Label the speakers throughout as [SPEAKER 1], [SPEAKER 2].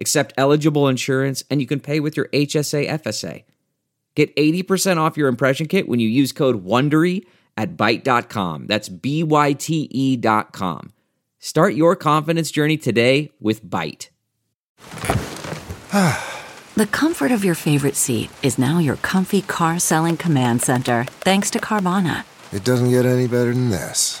[SPEAKER 1] accept eligible insurance, and you can pay with your HSA FSA. Get 80% off your impression kit when you use code WONDERY at Byte.com. That's B-Y-T-E E dot com. Start your confidence journey today with Byte.
[SPEAKER 2] The comfort of your favorite seat is now your comfy car selling command center, thanks to Carvana.
[SPEAKER 3] It doesn't get any better than this.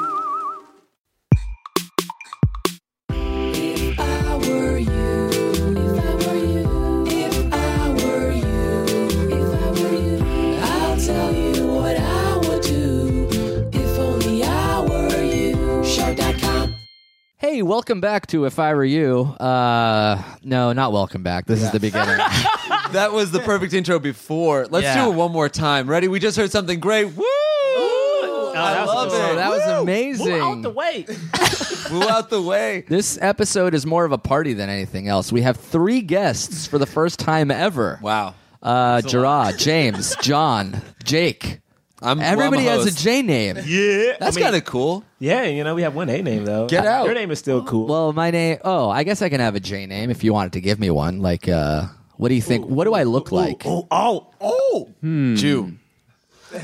[SPEAKER 4] Hey, welcome back to If I Were You. Uh, no, not welcome back. This is the beginning.
[SPEAKER 5] That was the perfect intro before. Let's
[SPEAKER 4] Yeah.
[SPEAKER 5] do it one more time. Ready? We just heard something great. Woo! I
[SPEAKER 6] that was
[SPEAKER 5] love
[SPEAKER 6] good.
[SPEAKER 4] oh,
[SPEAKER 5] it.
[SPEAKER 4] that was
[SPEAKER 6] Move
[SPEAKER 4] amazing.
[SPEAKER 6] out the way.
[SPEAKER 5] Woo out the way.
[SPEAKER 4] This episode is more of a party than anything else. We have three guests for the first time ever.
[SPEAKER 5] Wow.
[SPEAKER 4] Uh, Gerard, James, John, Jake.
[SPEAKER 5] I'm
[SPEAKER 4] Everybody
[SPEAKER 5] I'm a
[SPEAKER 4] has a
[SPEAKER 5] host.
[SPEAKER 4] J name.
[SPEAKER 6] Yeah,
[SPEAKER 5] That's kind of cool.
[SPEAKER 6] yeah. You know, we have one A name though.
[SPEAKER 5] Get out.
[SPEAKER 6] Your name is still cool.
[SPEAKER 4] Well, my name. Oh, I guess I can have a J name if you wanted to give me one. Like, uh, what do you think? what do I look like?
[SPEAKER 6] oh, oh, oh,
[SPEAKER 5] Jew.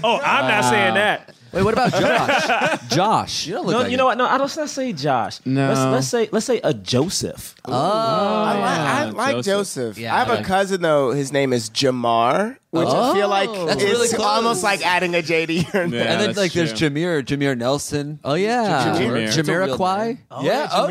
[SPEAKER 6] oh! I'm not
[SPEAKER 4] uh,
[SPEAKER 6] saying that.
[SPEAKER 4] Wait, what about Josh? Josh. You don't look
[SPEAKER 6] No,
[SPEAKER 4] like
[SPEAKER 6] you know what? No, I don't. Let's not say Josh. No. Let's, let's say let's say a Joseph.
[SPEAKER 4] Oh,
[SPEAKER 7] Oh, I,
[SPEAKER 8] Ah,
[SPEAKER 7] like- I like Joseph.
[SPEAKER 4] Yeah,
[SPEAKER 7] I have
[SPEAKER 4] I like-
[SPEAKER 7] a cousin though. His name is Jamar, which I feel like
[SPEAKER 5] That's
[SPEAKER 7] it's
[SPEAKER 5] really close.
[SPEAKER 7] almost like adding a JD. Or
[SPEAKER 8] Yeah,
[SPEAKER 5] and then
[SPEAKER 8] that's
[SPEAKER 5] like there's
[SPEAKER 8] true.
[SPEAKER 5] Jameer, Jameer Nelson.
[SPEAKER 4] Oh yeah,
[SPEAKER 8] Jameer.
[SPEAKER 4] Jamiroquai.
[SPEAKER 5] yeah. Oh,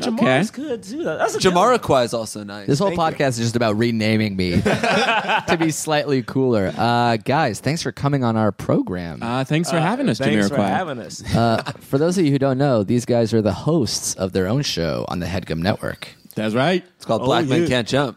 [SPEAKER 5] Jamiroquai.
[SPEAKER 6] Jamar is good too. Though. That's a good one.
[SPEAKER 5] Jamiroquai is also nice.
[SPEAKER 4] This whole podcast is just about renaming me to be slightly cooler. Uh, guys, thanks for coming on our program.
[SPEAKER 8] Uh, thanks for having us,
[SPEAKER 6] Thanks
[SPEAKER 8] Jamiroquai.
[SPEAKER 6] for having us.
[SPEAKER 4] Uh, for those of you who don't know, these guys are the hosts of their own show on the Headgum Network.
[SPEAKER 8] That's right.
[SPEAKER 5] It's called Black Men
[SPEAKER 6] yeah.
[SPEAKER 5] Can't Jump.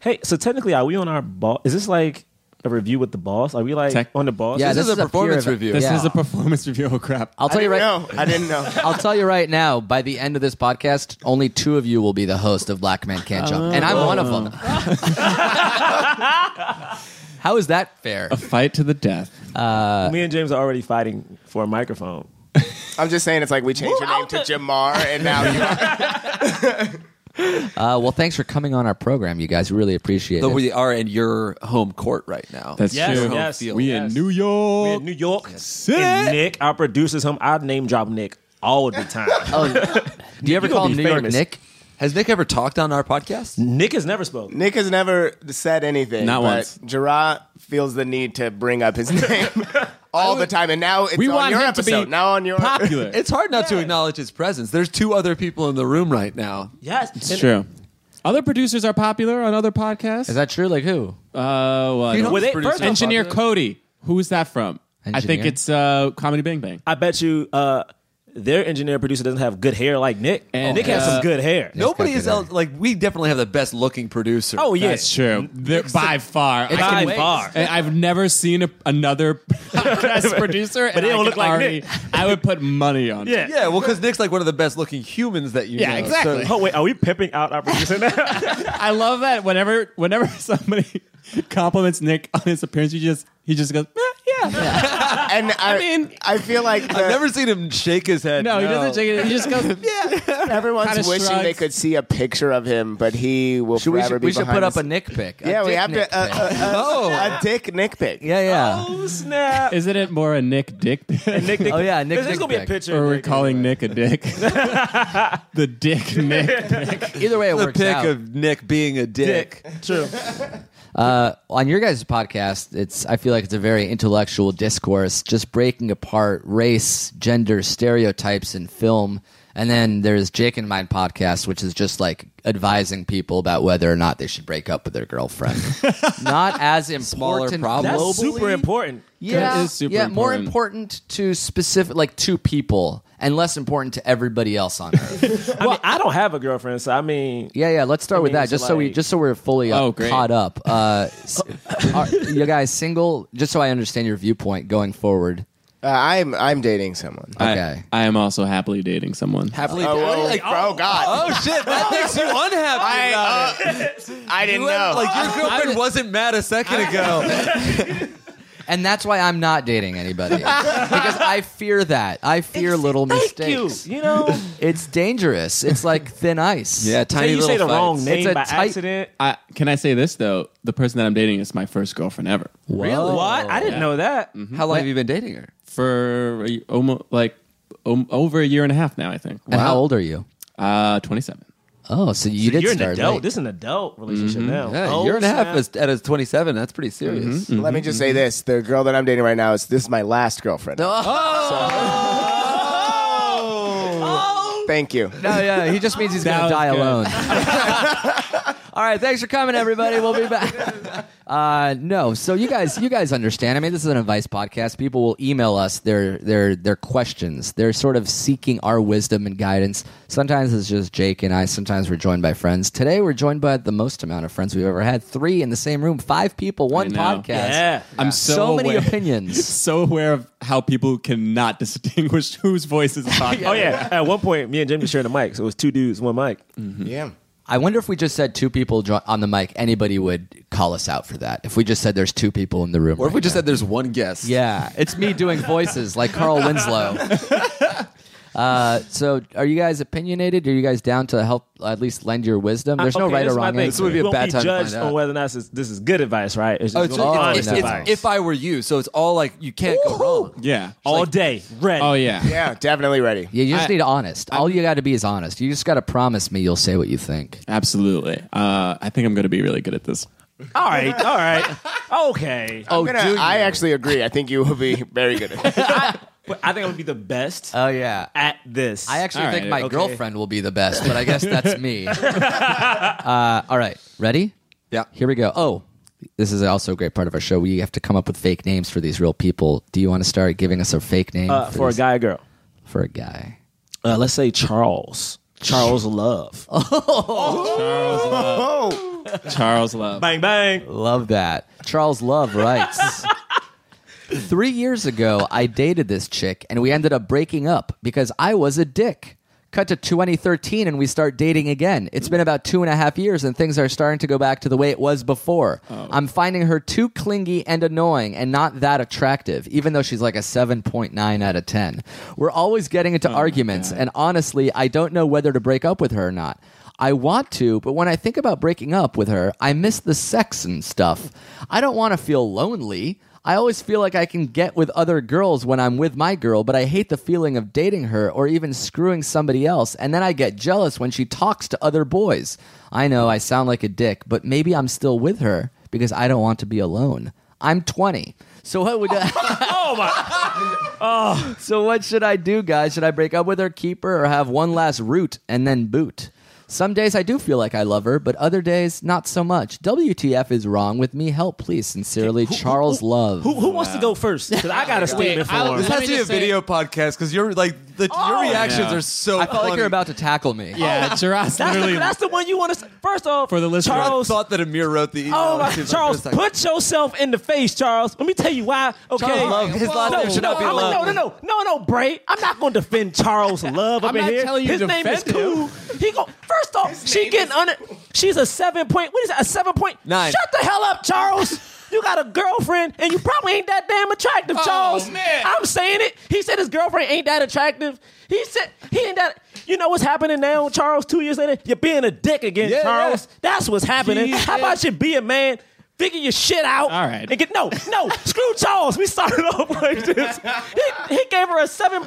[SPEAKER 6] hey, so technically, are we on our boss? Is this like a review with the boss? Are we like
[SPEAKER 8] Tech-
[SPEAKER 6] on the boss?
[SPEAKER 4] Yeah,
[SPEAKER 5] This
[SPEAKER 4] this
[SPEAKER 5] is a
[SPEAKER 4] is a
[SPEAKER 5] performance
[SPEAKER 4] peer ev-
[SPEAKER 5] review.
[SPEAKER 8] This
[SPEAKER 4] Yeah.
[SPEAKER 8] is a performance review. Oh crap!
[SPEAKER 4] I'll
[SPEAKER 7] I
[SPEAKER 4] tell you
[SPEAKER 7] didn't
[SPEAKER 4] right.
[SPEAKER 7] know. I didn't know.
[SPEAKER 4] I'll tell you right now. By the end of this podcast, only two of you will be the host of Black Man Can't Jump, and I'm one of them. How is that fair?
[SPEAKER 8] a fight to the death.
[SPEAKER 6] me and James are already fighting for a microphone.
[SPEAKER 7] I'm just saying it's like we changed your name to Jamar, and now you are.
[SPEAKER 4] Uh, well, thanks for coming on our program, you guys. Really appreciate
[SPEAKER 5] Though
[SPEAKER 4] it.
[SPEAKER 5] we are in your home court right now.
[SPEAKER 8] That's
[SPEAKER 6] Yes,
[SPEAKER 8] true.
[SPEAKER 6] yes,
[SPEAKER 8] we
[SPEAKER 6] yes.
[SPEAKER 8] in New York.
[SPEAKER 6] in New York.
[SPEAKER 8] Sit.
[SPEAKER 6] And Nick, our producer's home. I name drop Nick all the time.
[SPEAKER 4] Oh. Do you ever
[SPEAKER 6] you
[SPEAKER 4] call
[SPEAKER 6] gonna
[SPEAKER 4] him
[SPEAKER 6] be
[SPEAKER 4] New York
[SPEAKER 6] famous.
[SPEAKER 4] Nick?
[SPEAKER 5] Has Nick ever talked on our podcast?
[SPEAKER 6] Nick has never spoken.
[SPEAKER 7] Nick has never said anything.
[SPEAKER 8] Not
[SPEAKER 7] but
[SPEAKER 8] once.
[SPEAKER 7] Gerard uh, feels the need to bring up his name all the time, and now it's
[SPEAKER 8] We
[SPEAKER 7] on
[SPEAKER 8] want
[SPEAKER 7] your
[SPEAKER 8] him
[SPEAKER 7] episode.
[SPEAKER 8] to be
[SPEAKER 7] now on your
[SPEAKER 8] popular.
[SPEAKER 5] It's hard not to acknowledge his presence. There's two other people in the room right now.
[SPEAKER 6] Yes,
[SPEAKER 8] It's true. Other producers are popular on other podcasts.
[SPEAKER 4] Is that true? Like who?
[SPEAKER 8] uh, well, I don't-
[SPEAKER 6] Well, they-
[SPEAKER 5] Producer
[SPEAKER 6] first off,
[SPEAKER 8] engineer Cody? Who is that from? I think
[SPEAKER 4] Engineer?
[SPEAKER 8] it's uh, Comedy Bang Bang.
[SPEAKER 6] I bet you uh, their engineer producer doesn't have good hair like Nick.
[SPEAKER 8] And,
[SPEAKER 6] Nick has
[SPEAKER 8] uh,
[SPEAKER 6] some good hair.
[SPEAKER 5] Nobody
[SPEAKER 4] gotta
[SPEAKER 5] is
[SPEAKER 4] be there.
[SPEAKER 5] el- like we definitely have the best looking producer.
[SPEAKER 6] Oh yeah,
[SPEAKER 8] That's true. They're- by far, I
[SPEAKER 6] by
[SPEAKER 8] can wait.
[SPEAKER 6] far.
[SPEAKER 8] And I've never seen a, another podcast producer, but
[SPEAKER 6] they don't look like Nick.
[SPEAKER 8] I would put money on. it.
[SPEAKER 6] Yeah.
[SPEAKER 5] Yeah, well, because Nick's like one of the best looking humans that you
[SPEAKER 8] Yeah,
[SPEAKER 5] know.
[SPEAKER 8] exactly.
[SPEAKER 6] Oh wait, are we pimping out our producer now?
[SPEAKER 8] I love that whenever whenever somebody compliments Nick on his appearance, he just he just goes, "Eh, yeah.
[SPEAKER 7] And I, I
[SPEAKER 8] mean-
[SPEAKER 7] feel like the-
[SPEAKER 5] I've never seen him shake his head.
[SPEAKER 8] No, he doesn't shake it. He just goes, yeah.
[SPEAKER 7] everyone's
[SPEAKER 8] kinda
[SPEAKER 7] wishing they
[SPEAKER 8] shrugs.
[SPEAKER 7] could see a picture of him, but he will
[SPEAKER 4] Should we
[SPEAKER 7] forever
[SPEAKER 4] should,
[SPEAKER 7] be
[SPEAKER 4] we should
[SPEAKER 7] behind
[SPEAKER 4] put up
[SPEAKER 7] the
[SPEAKER 4] a Nick pic? a
[SPEAKER 7] Yeah, we
[SPEAKER 4] dick
[SPEAKER 7] have
[SPEAKER 4] Nick
[SPEAKER 7] to uh, a,
[SPEAKER 4] pic.
[SPEAKER 7] a, a, a dick Nick pic.
[SPEAKER 4] Oh, yeah, yeah.
[SPEAKER 6] oh snap!
[SPEAKER 8] Isn't it more a Nick dick? pic?
[SPEAKER 6] Nick, Nick,
[SPEAKER 4] Oh, yeah, Nick
[SPEAKER 6] There's, there's
[SPEAKER 4] Dick
[SPEAKER 6] gonna be a
[SPEAKER 4] Pic.
[SPEAKER 6] picture.
[SPEAKER 8] or
[SPEAKER 6] of
[SPEAKER 8] we're
[SPEAKER 6] Nick.
[SPEAKER 8] calling Nick a dick. the dick Nick.
[SPEAKER 7] Oh.
[SPEAKER 4] Either way, it
[SPEAKER 5] the
[SPEAKER 4] works
[SPEAKER 5] pic
[SPEAKER 4] out.
[SPEAKER 5] of Nick being a dick.
[SPEAKER 6] Dick. True.
[SPEAKER 4] On your guys' podcast, it's I feel like it's a very intellectual discourse, just breaking apart race, gender stereotypes in film And then there's Jake and Mine podcast, which is just like advising people about whether or not they should break up with their girlfriend. not as important.
[SPEAKER 5] problem.
[SPEAKER 6] That's
[SPEAKER 4] globally.
[SPEAKER 6] super important.
[SPEAKER 4] Yeah,
[SPEAKER 8] is super
[SPEAKER 4] yeah, more
[SPEAKER 8] important.
[SPEAKER 4] important to specific like two people, and less important to everybody else on earth.
[SPEAKER 6] I mean, I don't have a girlfriend, so I mean,
[SPEAKER 4] yeah, yeah. Let's start with
[SPEAKER 6] mean,
[SPEAKER 4] that,
[SPEAKER 6] it's
[SPEAKER 4] just so we
[SPEAKER 6] like-
[SPEAKER 4] just so we're fully up,
[SPEAKER 8] Oh, great.
[SPEAKER 4] caught up. Uh, s- are you guys single? Just so I understand your viewpoint going forward.
[SPEAKER 7] Uh, I'm I'm dating someone.
[SPEAKER 4] Okay.
[SPEAKER 8] I, I am also happily dating someone.
[SPEAKER 5] Happily
[SPEAKER 7] oh,
[SPEAKER 5] dated?
[SPEAKER 7] oh,
[SPEAKER 5] Like,
[SPEAKER 7] oh, God!
[SPEAKER 5] oh shit, that makes you unhappy.
[SPEAKER 7] I
[SPEAKER 5] about it.
[SPEAKER 7] uh, I didn't know.
[SPEAKER 5] Like your girlfriend wasn't mad a second ago.
[SPEAKER 4] And that's why I'm not dating anybody because I fear that. I fear little mistakes.
[SPEAKER 6] you know,
[SPEAKER 4] It's dangerous. It's like thin ice.
[SPEAKER 5] Yeah,
[SPEAKER 6] say
[SPEAKER 5] tiny
[SPEAKER 6] you say the
[SPEAKER 5] little
[SPEAKER 6] wrong
[SPEAKER 5] fights.
[SPEAKER 6] name
[SPEAKER 4] a
[SPEAKER 6] by
[SPEAKER 4] tight-
[SPEAKER 6] accident.
[SPEAKER 8] I, can I say this though? The person that I'm dating is my first girlfriend ever.
[SPEAKER 4] Really?
[SPEAKER 6] What? I didn't know that.
[SPEAKER 5] How long have you been dating her?
[SPEAKER 8] For a- almost like um, over a year and a half now, I think.
[SPEAKER 4] And how old are you?
[SPEAKER 8] Uh, 27.
[SPEAKER 4] Oh, so you did
[SPEAKER 6] You're an
[SPEAKER 4] start
[SPEAKER 6] adult.
[SPEAKER 4] late.
[SPEAKER 6] This is an adult relationship now.
[SPEAKER 5] Yeah,
[SPEAKER 6] Oh,
[SPEAKER 5] year and a half
[SPEAKER 6] snap.
[SPEAKER 5] is, at a 27. That's pretty serious.
[SPEAKER 4] Mm-hmm.
[SPEAKER 7] Let me just say this: the girl that I'm dating right now is this is my last girlfriend.
[SPEAKER 6] Oh!
[SPEAKER 7] Thank you.
[SPEAKER 4] No, yeah, he just means he's going to
[SPEAKER 8] was
[SPEAKER 4] die
[SPEAKER 8] good.
[SPEAKER 4] alone. All right, thanks for coming, everybody. We'll be back. Uh, no, so you guys, you guys understand. I mean, this is an advice podcast. People will email us their their their questions. They're sort of seeking our wisdom and guidance. Sometimes it's just Jake and I. Sometimes we're joined by friends. Today we're joined by the most amount of friends we've ever had. Three in the same room. Five people. One
[SPEAKER 8] know.
[SPEAKER 4] podcast.
[SPEAKER 6] Yeah.
[SPEAKER 8] I'm
[SPEAKER 4] So,
[SPEAKER 8] so,
[SPEAKER 4] many
[SPEAKER 8] aware,
[SPEAKER 4] opinions.
[SPEAKER 8] So aware of how people cannot distinguish whose voice is talking.
[SPEAKER 6] Oh yeah. At one point, me and Jimmy shared a mic, so it was two dudes, one mic.
[SPEAKER 7] Yeah.
[SPEAKER 4] I wonder if we just said two people jo- on the mic, anybody would call us out for that. If we just said there's two people in the room,
[SPEAKER 5] Or if
[SPEAKER 4] right
[SPEAKER 5] we just
[SPEAKER 4] now.
[SPEAKER 5] said there's one guest.
[SPEAKER 4] Yeah, it's me doing voices like Carl Winslow. Uh, so, are you guys opinionated? Are you guys down to help at least lend your wisdom? There's no
[SPEAKER 6] Okay,
[SPEAKER 4] right
[SPEAKER 6] this
[SPEAKER 4] or
[SPEAKER 6] is my
[SPEAKER 4] wrong
[SPEAKER 6] thing.
[SPEAKER 4] answer.
[SPEAKER 5] would be a
[SPEAKER 6] You won't
[SPEAKER 5] bad time to
[SPEAKER 6] judged
[SPEAKER 5] find
[SPEAKER 6] on
[SPEAKER 5] out.
[SPEAKER 6] whether or not this is, this is good advice, right? It's
[SPEAKER 5] Oh, it's,
[SPEAKER 6] just gonna be
[SPEAKER 5] it's-
[SPEAKER 6] honest
[SPEAKER 5] it's-
[SPEAKER 6] advice.
[SPEAKER 5] if I were you, so it's all like you can't go wrong.
[SPEAKER 8] Yeah.
[SPEAKER 6] all
[SPEAKER 8] Like-
[SPEAKER 6] day, red.
[SPEAKER 8] Oh yeah.
[SPEAKER 7] Yeah, definitely ready.
[SPEAKER 4] Yeah, you just
[SPEAKER 8] I-
[SPEAKER 4] need honest. All you got to be is honest. You just got to promise me you'll say what you think.
[SPEAKER 8] Absolutely. Uh, I think I'm going to be really good at this.
[SPEAKER 6] All right, all right, okay.
[SPEAKER 7] I'm gonna- I actually agree. I think you will be very good at it.
[SPEAKER 6] But I think I'm gonna be the best
[SPEAKER 4] Oh yeah.
[SPEAKER 6] at this.
[SPEAKER 4] I actually
[SPEAKER 8] All
[SPEAKER 4] think
[SPEAKER 8] right,
[SPEAKER 4] my
[SPEAKER 6] okay.
[SPEAKER 4] girlfriend will be the best, but I guess that's me. uh, all right, ready?
[SPEAKER 5] Yeah.
[SPEAKER 4] Here we go. Oh, this is also a great part of our show. We have to come up with fake names for these real people. Do you want to start giving us a fake name
[SPEAKER 6] uh, for a
[SPEAKER 4] this-
[SPEAKER 6] guy, or girl.
[SPEAKER 4] For a guy.
[SPEAKER 6] Uh, let's say Charles. Charles Love.
[SPEAKER 8] Charles Love.
[SPEAKER 6] Bang bang.
[SPEAKER 4] Love that. Charles Love writes. Three years ago, I dated this chick and we ended up breaking up because I was a dick. Cut to 2013 and we start dating again. It's been about two and a half years and things are starting to go back to the way it was before. I'm finding her too clingy and annoying and not that attractive, even though she's like a 7.9 out of 10. We're always getting into arguments and honestly, I don't know whether to break up with her or not. I want to, but when I think about breaking up with her, I miss the sex and stuff. I don't want to feel lonely. I always feel like I can get with other girls when I'm with my girl, but I hate the feeling of dating her or even screwing somebody else, and then I get jealous when she talks to other boys. I know I sound like a dick, but maybe I'm still with her because I don't want to be alone. I'm 20. So what would
[SPEAKER 6] Oh my!
[SPEAKER 4] So what should I do, guys? Should I break up with her, keep her, or have one last root and then boot? Some days I do feel like I love her, but other days not so much. WTF is wrong with me? Help, please. Sincerely, Charles Love.
[SPEAKER 6] Who, who wants to go first? Because I got a statement for
[SPEAKER 5] This
[SPEAKER 6] him.
[SPEAKER 5] has to be a video podcast because you're like the,
[SPEAKER 6] Oh!
[SPEAKER 5] your reactions
[SPEAKER 8] Yeah.
[SPEAKER 5] are so.
[SPEAKER 4] I felt like
[SPEAKER 5] funny.
[SPEAKER 4] you're about to tackle me.
[SPEAKER 8] Yeah,
[SPEAKER 6] That's
[SPEAKER 8] Charles
[SPEAKER 6] the,
[SPEAKER 8] literally.
[SPEAKER 6] that's the one you want to. First off,
[SPEAKER 8] For the listener.
[SPEAKER 5] I
[SPEAKER 6] Charles.
[SPEAKER 5] thought that Amir wrote the email.
[SPEAKER 6] Oh my,
[SPEAKER 5] She's like,
[SPEAKER 6] Charles,
[SPEAKER 5] "Just a second."
[SPEAKER 6] put yourself in the face, Charles. Let me tell you why. Okay,
[SPEAKER 5] Charles Love. His last
[SPEAKER 6] no,
[SPEAKER 5] name should
[SPEAKER 6] no,
[SPEAKER 5] not be
[SPEAKER 6] I'm-
[SPEAKER 5] Love.
[SPEAKER 6] No, no, no, no, no, Bray. I'm not going to defend Charles Love up
[SPEAKER 8] I'm
[SPEAKER 6] in
[SPEAKER 8] not
[SPEAKER 6] here.
[SPEAKER 8] telling you
[SPEAKER 6] His
[SPEAKER 8] to
[SPEAKER 6] name is
[SPEAKER 8] defend him.
[SPEAKER 6] cool. He go first off. she getting under. She's a seven point. What is that? A seven point
[SPEAKER 5] Nine.
[SPEAKER 6] Shut the hell up, Charles. You got a girlfriend, and you probably ain't that damn attractive,
[SPEAKER 5] Oh,
[SPEAKER 6] Charles.
[SPEAKER 8] man.
[SPEAKER 6] I'm saying it. He said his girlfriend ain't that attractive. He said he ain't that. You know what's happening now, Charles? Two years later, you're being a dick again,
[SPEAKER 5] Yeah,
[SPEAKER 6] Charles. That's what's happening.
[SPEAKER 8] Jesus.
[SPEAKER 6] How about you be a man? Figure your shit out.
[SPEAKER 8] All right.
[SPEAKER 6] And get no, no, screw Charles. Oh, We started off like this. He, he gave her a 7.2,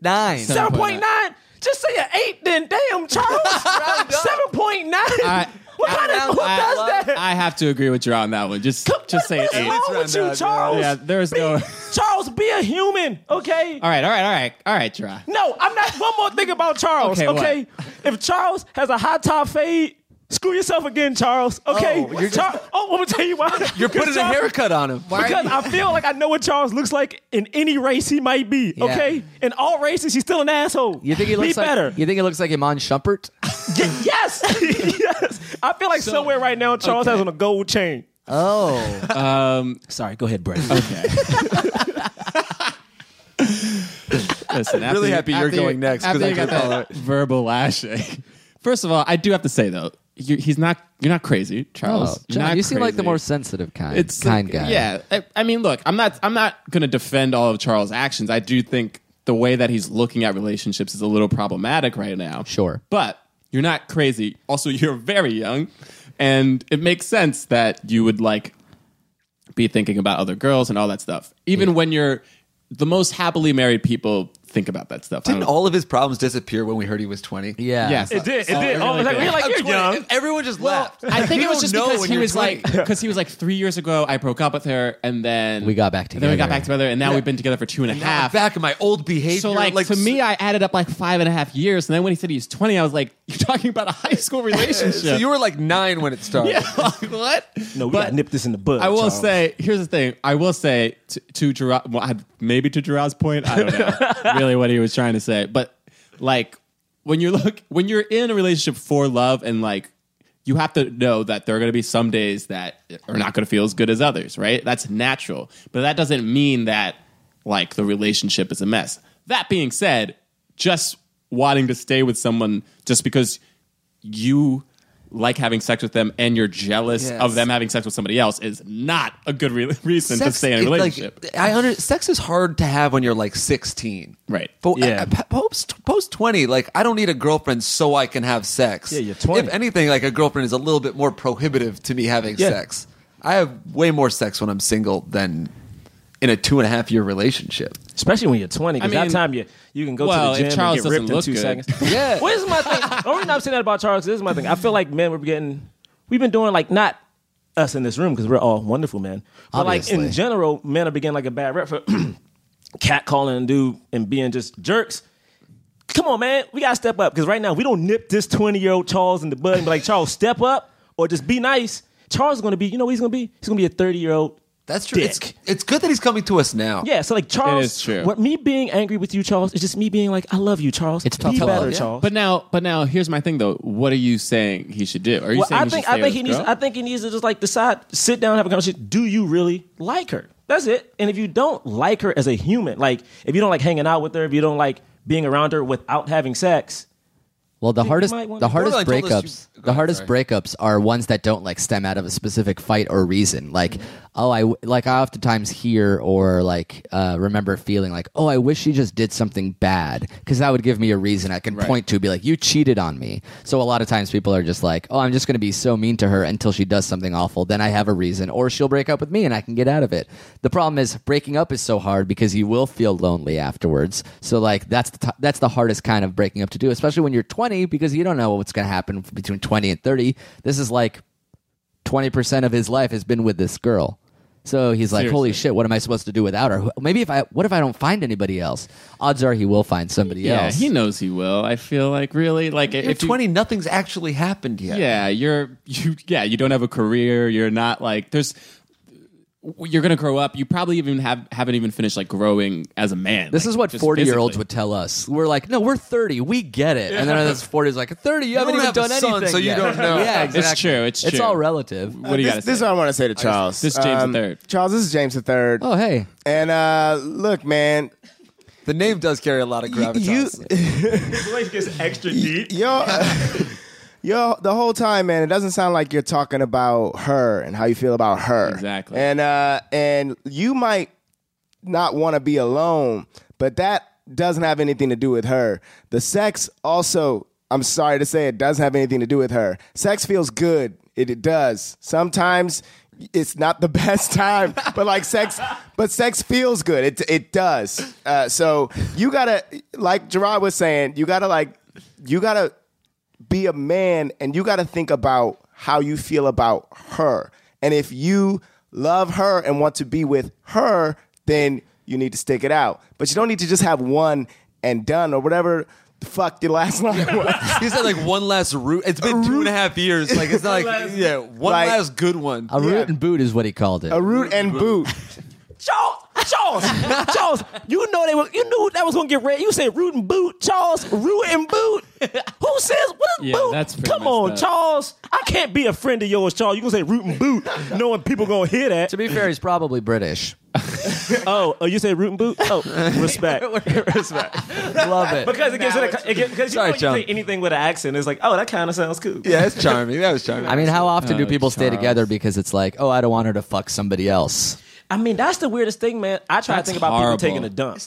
[SPEAKER 4] Nine.
[SPEAKER 6] 7.9. Just say an 8, then damn, Charles. 7.9.
[SPEAKER 8] All right.
[SPEAKER 6] What kind of who does that?
[SPEAKER 8] I have to agree with you on that one. Just just say
[SPEAKER 6] What's
[SPEAKER 8] it eight.
[SPEAKER 6] wrong
[SPEAKER 5] Let's
[SPEAKER 6] with
[SPEAKER 5] round
[SPEAKER 6] you,
[SPEAKER 5] up,
[SPEAKER 6] Charles?
[SPEAKER 8] Yeah, there's
[SPEAKER 6] be,
[SPEAKER 8] no-
[SPEAKER 6] Charles, be a human, okay?
[SPEAKER 8] All right, all right, all right, all right, Try.
[SPEAKER 6] No, I'm not. One more thing about Charles,
[SPEAKER 8] Okay,
[SPEAKER 6] okay?
[SPEAKER 8] what?
[SPEAKER 6] If Charles has a high top fade, screw yourself again, Charles. Okay.
[SPEAKER 5] Oh, you're
[SPEAKER 6] Char- oh I'm gonna tell you why.
[SPEAKER 5] You're putting a haircut on him.
[SPEAKER 6] Because I feel like I know what Charles looks like in any race he might be. Okay, in all races he's still an asshole.
[SPEAKER 4] You think he looks
[SPEAKER 6] be
[SPEAKER 4] like
[SPEAKER 6] better?
[SPEAKER 4] you think he looks like Iman Shumpert?
[SPEAKER 6] Y- yes, yes. I feel like somewhere right now Charles has on a gold chain.
[SPEAKER 4] Oh,
[SPEAKER 6] Sorry, go ahead, Brett.
[SPEAKER 8] Listen,
[SPEAKER 5] really happy
[SPEAKER 8] after
[SPEAKER 5] you're
[SPEAKER 8] after
[SPEAKER 5] going next, 'cause
[SPEAKER 8] After
[SPEAKER 5] I
[SPEAKER 8] you got
[SPEAKER 5] could
[SPEAKER 8] that verbal lashing. First of all, I do have to say though, you, he's not. You're not crazy, Charles.
[SPEAKER 4] Oh, John,
[SPEAKER 8] You're not
[SPEAKER 4] you seem like the
[SPEAKER 8] crazy. uh,
[SPEAKER 4] more sensitive kind. kind guy.
[SPEAKER 8] Yeah, I, I mean, look, I'm not. I'm not going to defend all of Charles' actions. I do think the way that he's looking at relationships is a little problematic right now.
[SPEAKER 4] Sure.
[SPEAKER 8] but you're not crazy. Also, you're very young, and it makes sense that you would like be thinking about other girls and all that stuff. Even when you're the most happily married people think about that stuff. I
[SPEAKER 5] Didn't
[SPEAKER 8] don't-
[SPEAKER 5] all of his problems disappear when we heard he was 20?
[SPEAKER 4] yeah.
[SPEAKER 8] Yes.
[SPEAKER 6] It did. It
[SPEAKER 8] Oh,
[SPEAKER 6] did.
[SPEAKER 8] it
[SPEAKER 6] Oh,
[SPEAKER 8] really
[SPEAKER 6] like,
[SPEAKER 8] did.
[SPEAKER 6] we're like
[SPEAKER 5] I'm
[SPEAKER 6] you're
[SPEAKER 5] 20.
[SPEAKER 6] young.
[SPEAKER 5] Everyone just left.
[SPEAKER 8] I think
[SPEAKER 5] You
[SPEAKER 8] it was
[SPEAKER 5] don't
[SPEAKER 8] just
[SPEAKER 5] know
[SPEAKER 8] because
[SPEAKER 5] when
[SPEAKER 8] he
[SPEAKER 5] you're
[SPEAKER 8] was
[SPEAKER 5] 20.
[SPEAKER 8] like because he was like three years ago I broke up with her and then
[SPEAKER 4] We got back
[SPEAKER 8] and Then we got
[SPEAKER 4] together.
[SPEAKER 8] back together and now we've been together for two and a half.
[SPEAKER 5] I'm back in my old behavior.
[SPEAKER 8] So like, to me, I added up like five and a half years, and then when he said he was twenty, I was like, "You're talking about a high school relationship."
[SPEAKER 5] so you were like nine when it started.
[SPEAKER 8] yeah, like, what?
[SPEAKER 6] No, we
[SPEAKER 8] But
[SPEAKER 6] gotta nip this in the bud.
[SPEAKER 8] I will
[SPEAKER 6] Charles.
[SPEAKER 8] say, here's the thing. I will say to, to Gerard, well, I- maybe to Gerard's point, I don't know really what he was trying to say, but like when you look when you're in a relationship for love and like you have to know that there are going to be some days that are not going to feel as good as others, right? That's natural, but that doesn't mean that like the relationship is a mess. That being said, just wanting to stay with someone just because you like having sex with them and you're jealous
[SPEAKER 5] Yes.
[SPEAKER 8] of them having sex with somebody else is not a good re- reason to stay in
[SPEAKER 5] it-
[SPEAKER 8] a relationship.
[SPEAKER 5] Like, I under, sex is hard to have when you're like 16.
[SPEAKER 8] Right.
[SPEAKER 5] But
[SPEAKER 6] Yeah.
[SPEAKER 5] uh, p- post post 20, like I don't need a girlfriend so I can have sex.
[SPEAKER 6] Yeah, you're 20.
[SPEAKER 5] If anything, like a girlfriend is a little bit more prohibitive to me having
[SPEAKER 6] Yeah.
[SPEAKER 5] sex. I have way more sex when I'm single than in a two and a half year relationship.
[SPEAKER 6] Especially when you're 20, because
[SPEAKER 8] I
[SPEAKER 6] that
[SPEAKER 8] mean-
[SPEAKER 6] time you, you can go
[SPEAKER 8] Well, if
[SPEAKER 6] to the gym
[SPEAKER 8] Charles
[SPEAKER 6] and get ripped
[SPEAKER 8] doesn't
[SPEAKER 6] in
[SPEAKER 8] look
[SPEAKER 6] two
[SPEAKER 8] good.
[SPEAKER 6] seconds.
[SPEAKER 5] Yeah.
[SPEAKER 6] What is my thing? The only reason I'm saying that about Charles this is my thing. I feel like men we're getting, we've been doing like not us in this room because we're all wonderful men, but like in
[SPEAKER 4] Obviously.
[SPEAKER 6] general, men are beginning like a bad rep for catcalling and dude and being just jerks. Come on, man, we gotta step up because right now we don't nip this 20 year old Charles in the bud and be like, Charles, step up or just be nice. Charles is gonna be, you know, what he's gonna be, he's gonna be a 30 year old.
[SPEAKER 5] That's true. It's,
[SPEAKER 6] Dick.
[SPEAKER 5] it's good that he's coming to us now.
[SPEAKER 6] Yeah, so like Charles,
[SPEAKER 8] is true.
[SPEAKER 6] what me being angry with you, Charles, is just me being like, I love you, Charles.
[SPEAKER 4] It's
[SPEAKER 6] be
[SPEAKER 4] tough love,
[SPEAKER 6] better,
[SPEAKER 4] yeah.
[SPEAKER 6] Charles.
[SPEAKER 8] But now, but now, here's my thing though. What are you saying he should do? Are you
[SPEAKER 6] well,
[SPEAKER 8] saying
[SPEAKER 6] I
[SPEAKER 8] he
[SPEAKER 6] think
[SPEAKER 8] should
[SPEAKER 6] I
[SPEAKER 8] stay
[SPEAKER 6] think
[SPEAKER 8] with
[SPEAKER 6] he
[SPEAKER 8] his
[SPEAKER 6] needs
[SPEAKER 8] girl?
[SPEAKER 6] I think he needs to just like decide, sit down, have a conversation. Do you really like her? That's it. And if you don't like her as a human, like if you don't like hanging out with her, if you don't like being around her without having sex,
[SPEAKER 4] Well, the
[SPEAKER 6] you
[SPEAKER 4] hardest
[SPEAKER 6] might wanna-
[SPEAKER 4] the hardest
[SPEAKER 5] Borderline told us you-
[SPEAKER 4] breakups
[SPEAKER 5] Go
[SPEAKER 4] the
[SPEAKER 5] ahead,
[SPEAKER 4] hardest
[SPEAKER 5] sorry.
[SPEAKER 4] breakups are ones that don't like stem out of a specific fight or reason. Like,
[SPEAKER 5] Mm-hmm.
[SPEAKER 4] oh, I w- like I oftentimes hear or like uh, remember feeling like, oh, I wish she just did something bad because that would give me a reason I can point to be like, you cheated on me. So a lot of times people are just like, oh, I'm just going to be so mean to her until she does something awful. Then I have a reason, or she'll break up with me and I can get out of it. The problem is breaking up is so hard because you will feel lonely afterwards. So like that's the t- that's the hardest kind of breaking up to do, especially when you're 20 because you don't know what's going to happen between 20 and 30. This is like 20% of his life has been with this girl. So he's like, "Holy shit, what am I supposed to do without her? Who- Maybe if I what if I don't find anybody else? Odds are he will find somebody
[SPEAKER 8] yeah,
[SPEAKER 4] else."
[SPEAKER 8] he knows he will. I feel like really like
[SPEAKER 5] You're
[SPEAKER 8] if you-
[SPEAKER 5] 20, nothing's actually happened yet.
[SPEAKER 8] yeah, you're you yeah, you don't have a career. You're not like there's you're gonna grow up. You probably even have haven't even finished like growing as a man.
[SPEAKER 4] This
[SPEAKER 8] like,
[SPEAKER 4] is what
[SPEAKER 8] just
[SPEAKER 4] 40 year olds
[SPEAKER 8] physically.
[SPEAKER 4] would tell us. We're like, no, we're 30. We get it. And then this 40 is like, 30, you, haven't
[SPEAKER 5] don't
[SPEAKER 4] even
[SPEAKER 5] have a
[SPEAKER 4] done
[SPEAKER 5] son,
[SPEAKER 4] anything.
[SPEAKER 5] so you
[SPEAKER 4] yet."
[SPEAKER 5] don't know.
[SPEAKER 4] yeah,
[SPEAKER 5] It's
[SPEAKER 4] exactly.
[SPEAKER 8] true, it's
[SPEAKER 4] It's
[SPEAKER 8] true.
[SPEAKER 4] all relative.
[SPEAKER 8] What do you
[SPEAKER 7] this,
[SPEAKER 8] got to say?
[SPEAKER 7] this is what I want to say to Charles.
[SPEAKER 8] This is James the Third.
[SPEAKER 7] Charles, this is James the Third.
[SPEAKER 4] Oh, hey.
[SPEAKER 7] And uh, look, man,
[SPEAKER 5] The name does carry a lot of
[SPEAKER 7] y-
[SPEAKER 5] gravitas.
[SPEAKER 7] you,
[SPEAKER 6] gets extra deep.
[SPEAKER 7] yo, yo, the whole time, man, it doesn't sound like you're talking about her and how you feel about her.
[SPEAKER 8] Exactly.
[SPEAKER 7] And uh, and you might not want to be alone, but that doesn't have anything to do with her. The sex also, I'm sorry to say, it doesn't have anything to do with her. Sex feels good. It, it does. Sometimes it's not the best time, but like sex, but sex feels good. It it does. Uh, so you gotta, like Gerard was saying, you gotta like, you gotta be a man and you got to think about how you feel about her. And if you love her and want to be with her, then you need to stick it out. But you don't need to just have one and done or whatever the fuck your last line was.
[SPEAKER 5] He's had like one last root. It's been two and a half years. Like it's not like yeah, one
[SPEAKER 7] Like-
[SPEAKER 5] last good one.
[SPEAKER 4] A root and boot is what he called it.
[SPEAKER 7] A root and boot.
[SPEAKER 6] Charles, Charles, Charles, you know they were, you knew that was gonna get red. You said root and boot, Charles, root and boot. Who says what is
[SPEAKER 8] Yeah,
[SPEAKER 6] boot?
[SPEAKER 8] that's pretty
[SPEAKER 6] Come
[SPEAKER 8] messed
[SPEAKER 6] on,
[SPEAKER 8] up.
[SPEAKER 6] Charles. I can't be a friend of yours, Charles. You gonna say root and boot, knowing people gonna hear that?
[SPEAKER 4] to be fair, he's probably British.
[SPEAKER 6] Oh, oh, you say root and boot? Oh, respect. respect.
[SPEAKER 4] Love it.
[SPEAKER 6] Because it gives it, a, it gives, because you
[SPEAKER 5] Sorry,
[SPEAKER 6] know, you
[SPEAKER 5] John.
[SPEAKER 6] say anything with an accent, it's like, oh, that kind of sounds cool.
[SPEAKER 5] Yeah, it's charming. That was charming.
[SPEAKER 4] I mean, how often do
[SPEAKER 8] Oh,
[SPEAKER 4] people stay
[SPEAKER 8] Charles.
[SPEAKER 4] together because it's like, oh, I don't want her to fuck somebody else?
[SPEAKER 6] I mean, that's the weirdest thing, man. I try
[SPEAKER 8] That's
[SPEAKER 6] to think about
[SPEAKER 8] horrible.
[SPEAKER 6] people taking a dump.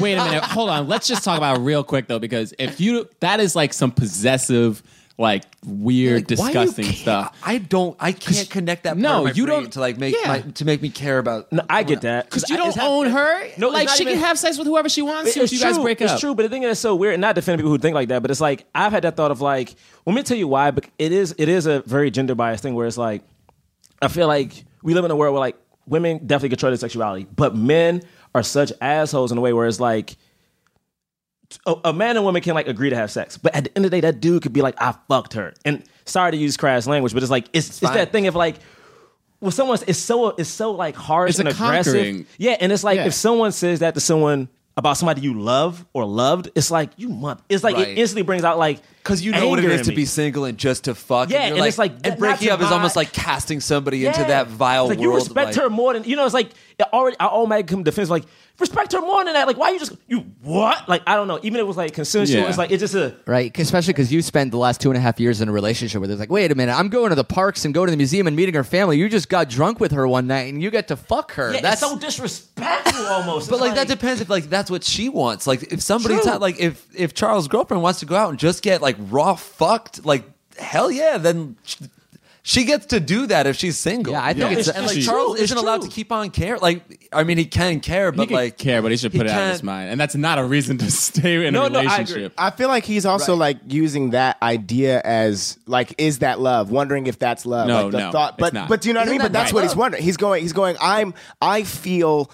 [SPEAKER 8] Wait a minute. Hold on. Let's just talk about it real quick though, because if you that is like some possessive, like weird,
[SPEAKER 5] Like, why you
[SPEAKER 8] disgusting
[SPEAKER 5] can't-
[SPEAKER 8] stuff.
[SPEAKER 5] I don't. I can't connect that. Part
[SPEAKER 8] No,
[SPEAKER 5] of my
[SPEAKER 8] you
[SPEAKER 5] brain
[SPEAKER 8] don't-
[SPEAKER 5] to like make
[SPEAKER 8] yeah.
[SPEAKER 5] my, to make me care about.
[SPEAKER 6] No, I get that
[SPEAKER 8] Because you
[SPEAKER 6] I-
[SPEAKER 8] don't
[SPEAKER 6] it's hap-
[SPEAKER 8] own her.
[SPEAKER 6] No, it's
[SPEAKER 8] like
[SPEAKER 6] not
[SPEAKER 8] she
[SPEAKER 6] even-
[SPEAKER 8] can have sex with whoever she wants to.
[SPEAKER 6] It-
[SPEAKER 8] If you guys break
[SPEAKER 6] it's
[SPEAKER 8] up,
[SPEAKER 6] true, but the thing that's so weird, and not defending people who think like that, but it's like I've had that thought of like, let me tell you why, but it is it is a very gender biased thing where it's like I feel like we live in a world where like women definitely control their sexuality, but men are such assholes in a way where it's like a, a man and woman can like agree to have sex, but at the end of the day, that dude could be like, I fucked her. And sorry to use crass language, but it's like it's it's,
[SPEAKER 5] fine.
[SPEAKER 6] that thing of like when someone it's so it's so like harsh
[SPEAKER 8] It's
[SPEAKER 6] and
[SPEAKER 8] a
[SPEAKER 6] aggressive.
[SPEAKER 8] conquering.
[SPEAKER 6] Yeah, and it's like
[SPEAKER 8] Yeah.
[SPEAKER 6] if someone says that to someone about somebody you love or loved, it's like you mother. It's like
[SPEAKER 5] Right.
[SPEAKER 6] it instantly brings out like
[SPEAKER 5] Because you know what it
[SPEAKER 6] anger in
[SPEAKER 5] is to
[SPEAKER 6] me.
[SPEAKER 5] be single and just to fuck.
[SPEAKER 6] Yeah,
[SPEAKER 5] you're
[SPEAKER 6] and it's like,
[SPEAKER 5] and
[SPEAKER 6] not
[SPEAKER 5] breaking
[SPEAKER 6] to
[SPEAKER 5] up is almost
[SPEAKER 6] buy-
[SPEAKER 5] like casting somebody into
[SPEAKER 6] Yeah.
[SPEAKER 5] that vile
[SPEAKER 6] It's like,
[SPEAKER 5] world.
[SPEAKER 6] You
[SPEAKER 5] of,
[SPEAKER 6] respect
[SPEAKER 5] like-
[SPEAKER 6] her more than you know. It's like it already. I automatically come defense like respect her more than that. Like why you just you what? Like I don't know. Even if it was like consensual,
[SPEAKER 8] Yeah.
[SPEAKER 6] it's like it's just a
[SPEAKER 4] Right? 'Cause- Especially because you spent the last two and a half years in a relationship where there's like, wait a minute, I'm going to the parks and going to the museum and meeting her family. You just got drunk with her one night and you get to fuck her.
[SPEAKER 6] yeah, it's
[SPEAKER 4] That's
[SPEAKER 6] so disrespectful almost.
[SPEAKER 5] But
[SPEAKER 6] It's
[SPEAKER 5] like that depends if like that's what she wants. Like if somebody's
[SPEAKER 6] True.
[SPEAKER 5] not like if if Charles' girlfriend wants to go out and just get like raw fucked, like hell yeah, then sh- she gets to do that if she's single.
[SPEAKER 4] Yeah, I think
[SPEAKER 8] Yeah.
[SPEAKER 4] it's.
[SPEAKER 8] It's-
[SPEAKER 5] and like
[SPEAKER 8] It's
[SPEAKER 5] Charles
[SPEAKER 6] true, it's
[SPEAKER 5] isn't allowed to
[SPEAKER 6] true.
[SPEAKER 5] keep on care. Like I mean, he can care,
[SPEAKER 8] he
[SPEAKER 5] but
[SPEAKER 8] could
[SPEAKER 5] like
[SPEAKER 8] care, but he should put it out of his
[SPEAKER 5] can't-
[SPEAKER 8] mind, and that's not a reason to stay in
[SPEAKER 6] No,
[SPEAKER 8] a
[SPEAKER 6] no, I agree.
[SPEAKER 8] relationship.
[SPEAKER 7] I feel like he's also like using that idea as like, is that love? Wondering if that's love.
[SPEAKER 8] No,
[SPEAKER 7] like the
[SPEAKER 8] no,
[SPEAKER 7] thought.
[SPEAKER 8] it's
[SPEAKER 7] But
[SPEAKER 8] not.
[SPEAKER 7] but do you know what I
[SPEAKER 8] Isn't
[SPEAKER 7] mean? But
[SPEAKER 8] that
[SPEAKER 7] that's
[SPEAKER 8] right?
[SPEAKER 7] what he's wondering. He's going. He's going. I'm. I feel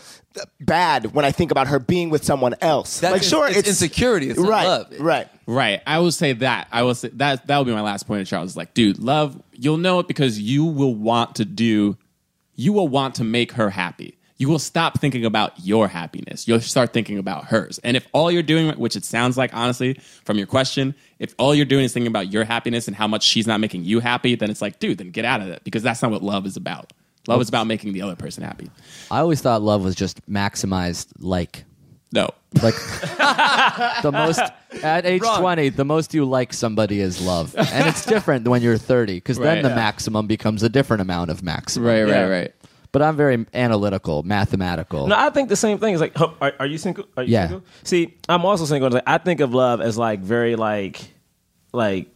[SPEAKER 7] bad when I think about her being with someone else.
[SPEAKER 5] That's
[SPEAKER 7] like
[SPEAKER 5] in-
[SPEAKER 7] sure,
[SPEAKER 5] it's insecurity, it's not
[SPEAKER 7] right.
[SPEAKER 5] love.
[SPEAKER 7] Right.
[SPEAKER 8] Right. I will say that. I will say that that will be my last point of Charles. Like, dude, love, you'll know it because you will want to do you will want to make her happy. You will stop thinking about your happiness. You'll start thinking about hers. And if all you're doing, which it sounds like honestly from your question, if all you're doing is thinking about your happiness and how much she's not making you happy, then it's like, dude, then get out of it because that's not what love is about. Love is about making the other person happy.
[SPEAKER 4] I always thought love was just maximized like.
[SPEAKER 8] No.
[SPEAKER 4] Like the most at age twenty, the most you like somebody is love, and it's different when you're thirty because
[SPEAKER 8] Right.
[SPEAKER 4] then the
[SPEAKER 8] Yeah.
[SPEAKER 4] maximum becomes a different amount of maximum.
[SPEAKER 8] Right,
[SPEAKER 6] Yeah.
[SPEAKER 8] right, right.
[SPEAKER 4] But I'm very analytical, mathematical.
[SPEAKER 6] No, I think the same thing. It's like, huh, are, are you single? Are you
[SPEAKER 4] Yeah.
[SPEAKER 6] single? See, I'm also single. It's like, I think of love as like very like, like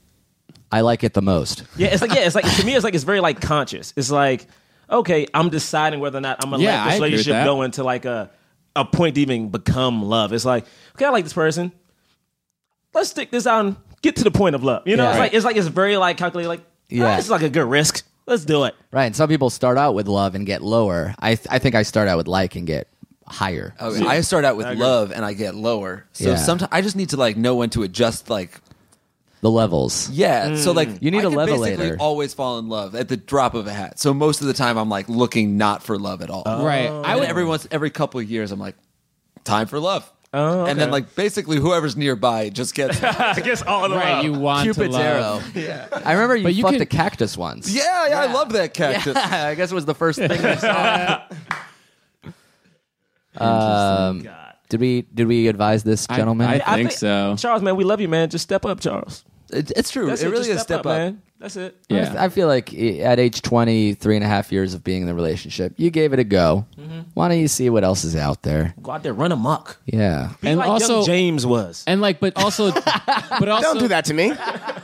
[SPEAKER 4] I like it the most.
[SPEAKER 6] yeah. It's like yeah. It's like to me, it's like it's very like conscious. It's like okay, I'm deciding whether or not I'm gonna
[SPEAKER 8] Yeah,
[SPEAKER 6] let
[SPEAKER 8] I
[SPEAKER 6] this
[SPEAKER 8] agree with
[SPEAKER 6] relationship
[SPEAKER 8] that.
[SPEAKER 6] go into like a a point to even become love. It's like okay, I like this person. Let's stick this out and get to the point of love. You know,
[SPEAKER 4] Yeah.
[SPEAKER 6] it's like it's like it's very like calculated. Like yeah,
[SPEAKER 4] Yeah.
[SPEAKER 6] it's like a good risk. Let's do it.
[SPEAKER 4] Right. And some people start out with love and get lower. I, th- I think I start out with like and get higher.
[SPEAKER 1] Oh.
[SPEAKER 5] Okay, I start out with love and I get lower. So
[SPEAKER 4] Yeah.
[SPEAKER 5] sometimes I just need to like know when to adjust. Like
[SPEAKER 4] The levels.
[SPEAKER 5] yeah, so like
[SPEAKER 4] You need
[SPEAKER 5] I
[SPEAKER 4] a
[SPEAKER 5] can
[SPEAKER 4] levelator.
[SPEAKER 5] basically Always fall in love at the drop of a hat. So most of the time I'm like looking not for love at all.
[SPEAKER 4] Oh.
[SPEAKER 8] Right.
[SPEAKER 5] I would every once every couple of years I'm like, time for love. Oh, And then like basically whoever's nearby just gets yeah
[SPEAKER 6] I guess all of
[SPEAKER 8] Right,
[SPEAKER 5] Um,
[SPEAKER 8] you want to
[SPEAKER 4] Cupid's
[SPEAKER 8] love.
[SPEAKER 4] arrow. I remember you,
[SPEAKER 8] But you
[SPEAKER 4] fucked
[SPEAKER 8] can-
[SPEAKER 4] a cactus once.
[SPEAKER 5] yeah, I love that cactus.
[SPEAKER 4] I guess it was the first thing we saw.
[SPEAKER 6] God.
[SPEAKER 4] Um, Did we did we advise this
[SPEAKER 8] I-
[SPEAKER 4] gentleman?
[SPEAKER 8] I- think so.
[SPEAKER 6] Charles, man, we love you, man. Just step up, Charles.
[SPEAKER 5] It- it's true.
[SPEAKER 6] That's
[SPEAKER 5] it really
[SPEAKER 6] Just
[SPEAKER 5] is step up.
[SPEAKER 6] man. That's it.
[SPEAKER 8] Yeah.
[SPEAKER 4] I feel like i- at age 20, three and a half years of being in the relationship, you gave it a go.
[SPEAKER 5] Mm-hmm.
[SPEAKER 4] Why don't you see what else is out there?
[SPEAKER 6] Go out there, run amok.
[SPEAKER 4] Yeah.
[SPEAKER 8] and
[SPEAKER 6] like young
[SPEAKER 8] also
[SPEAKER 6] James was.
[SPEAKER 8] and like but also but also
[SPEAKER 7] Don't do that to me.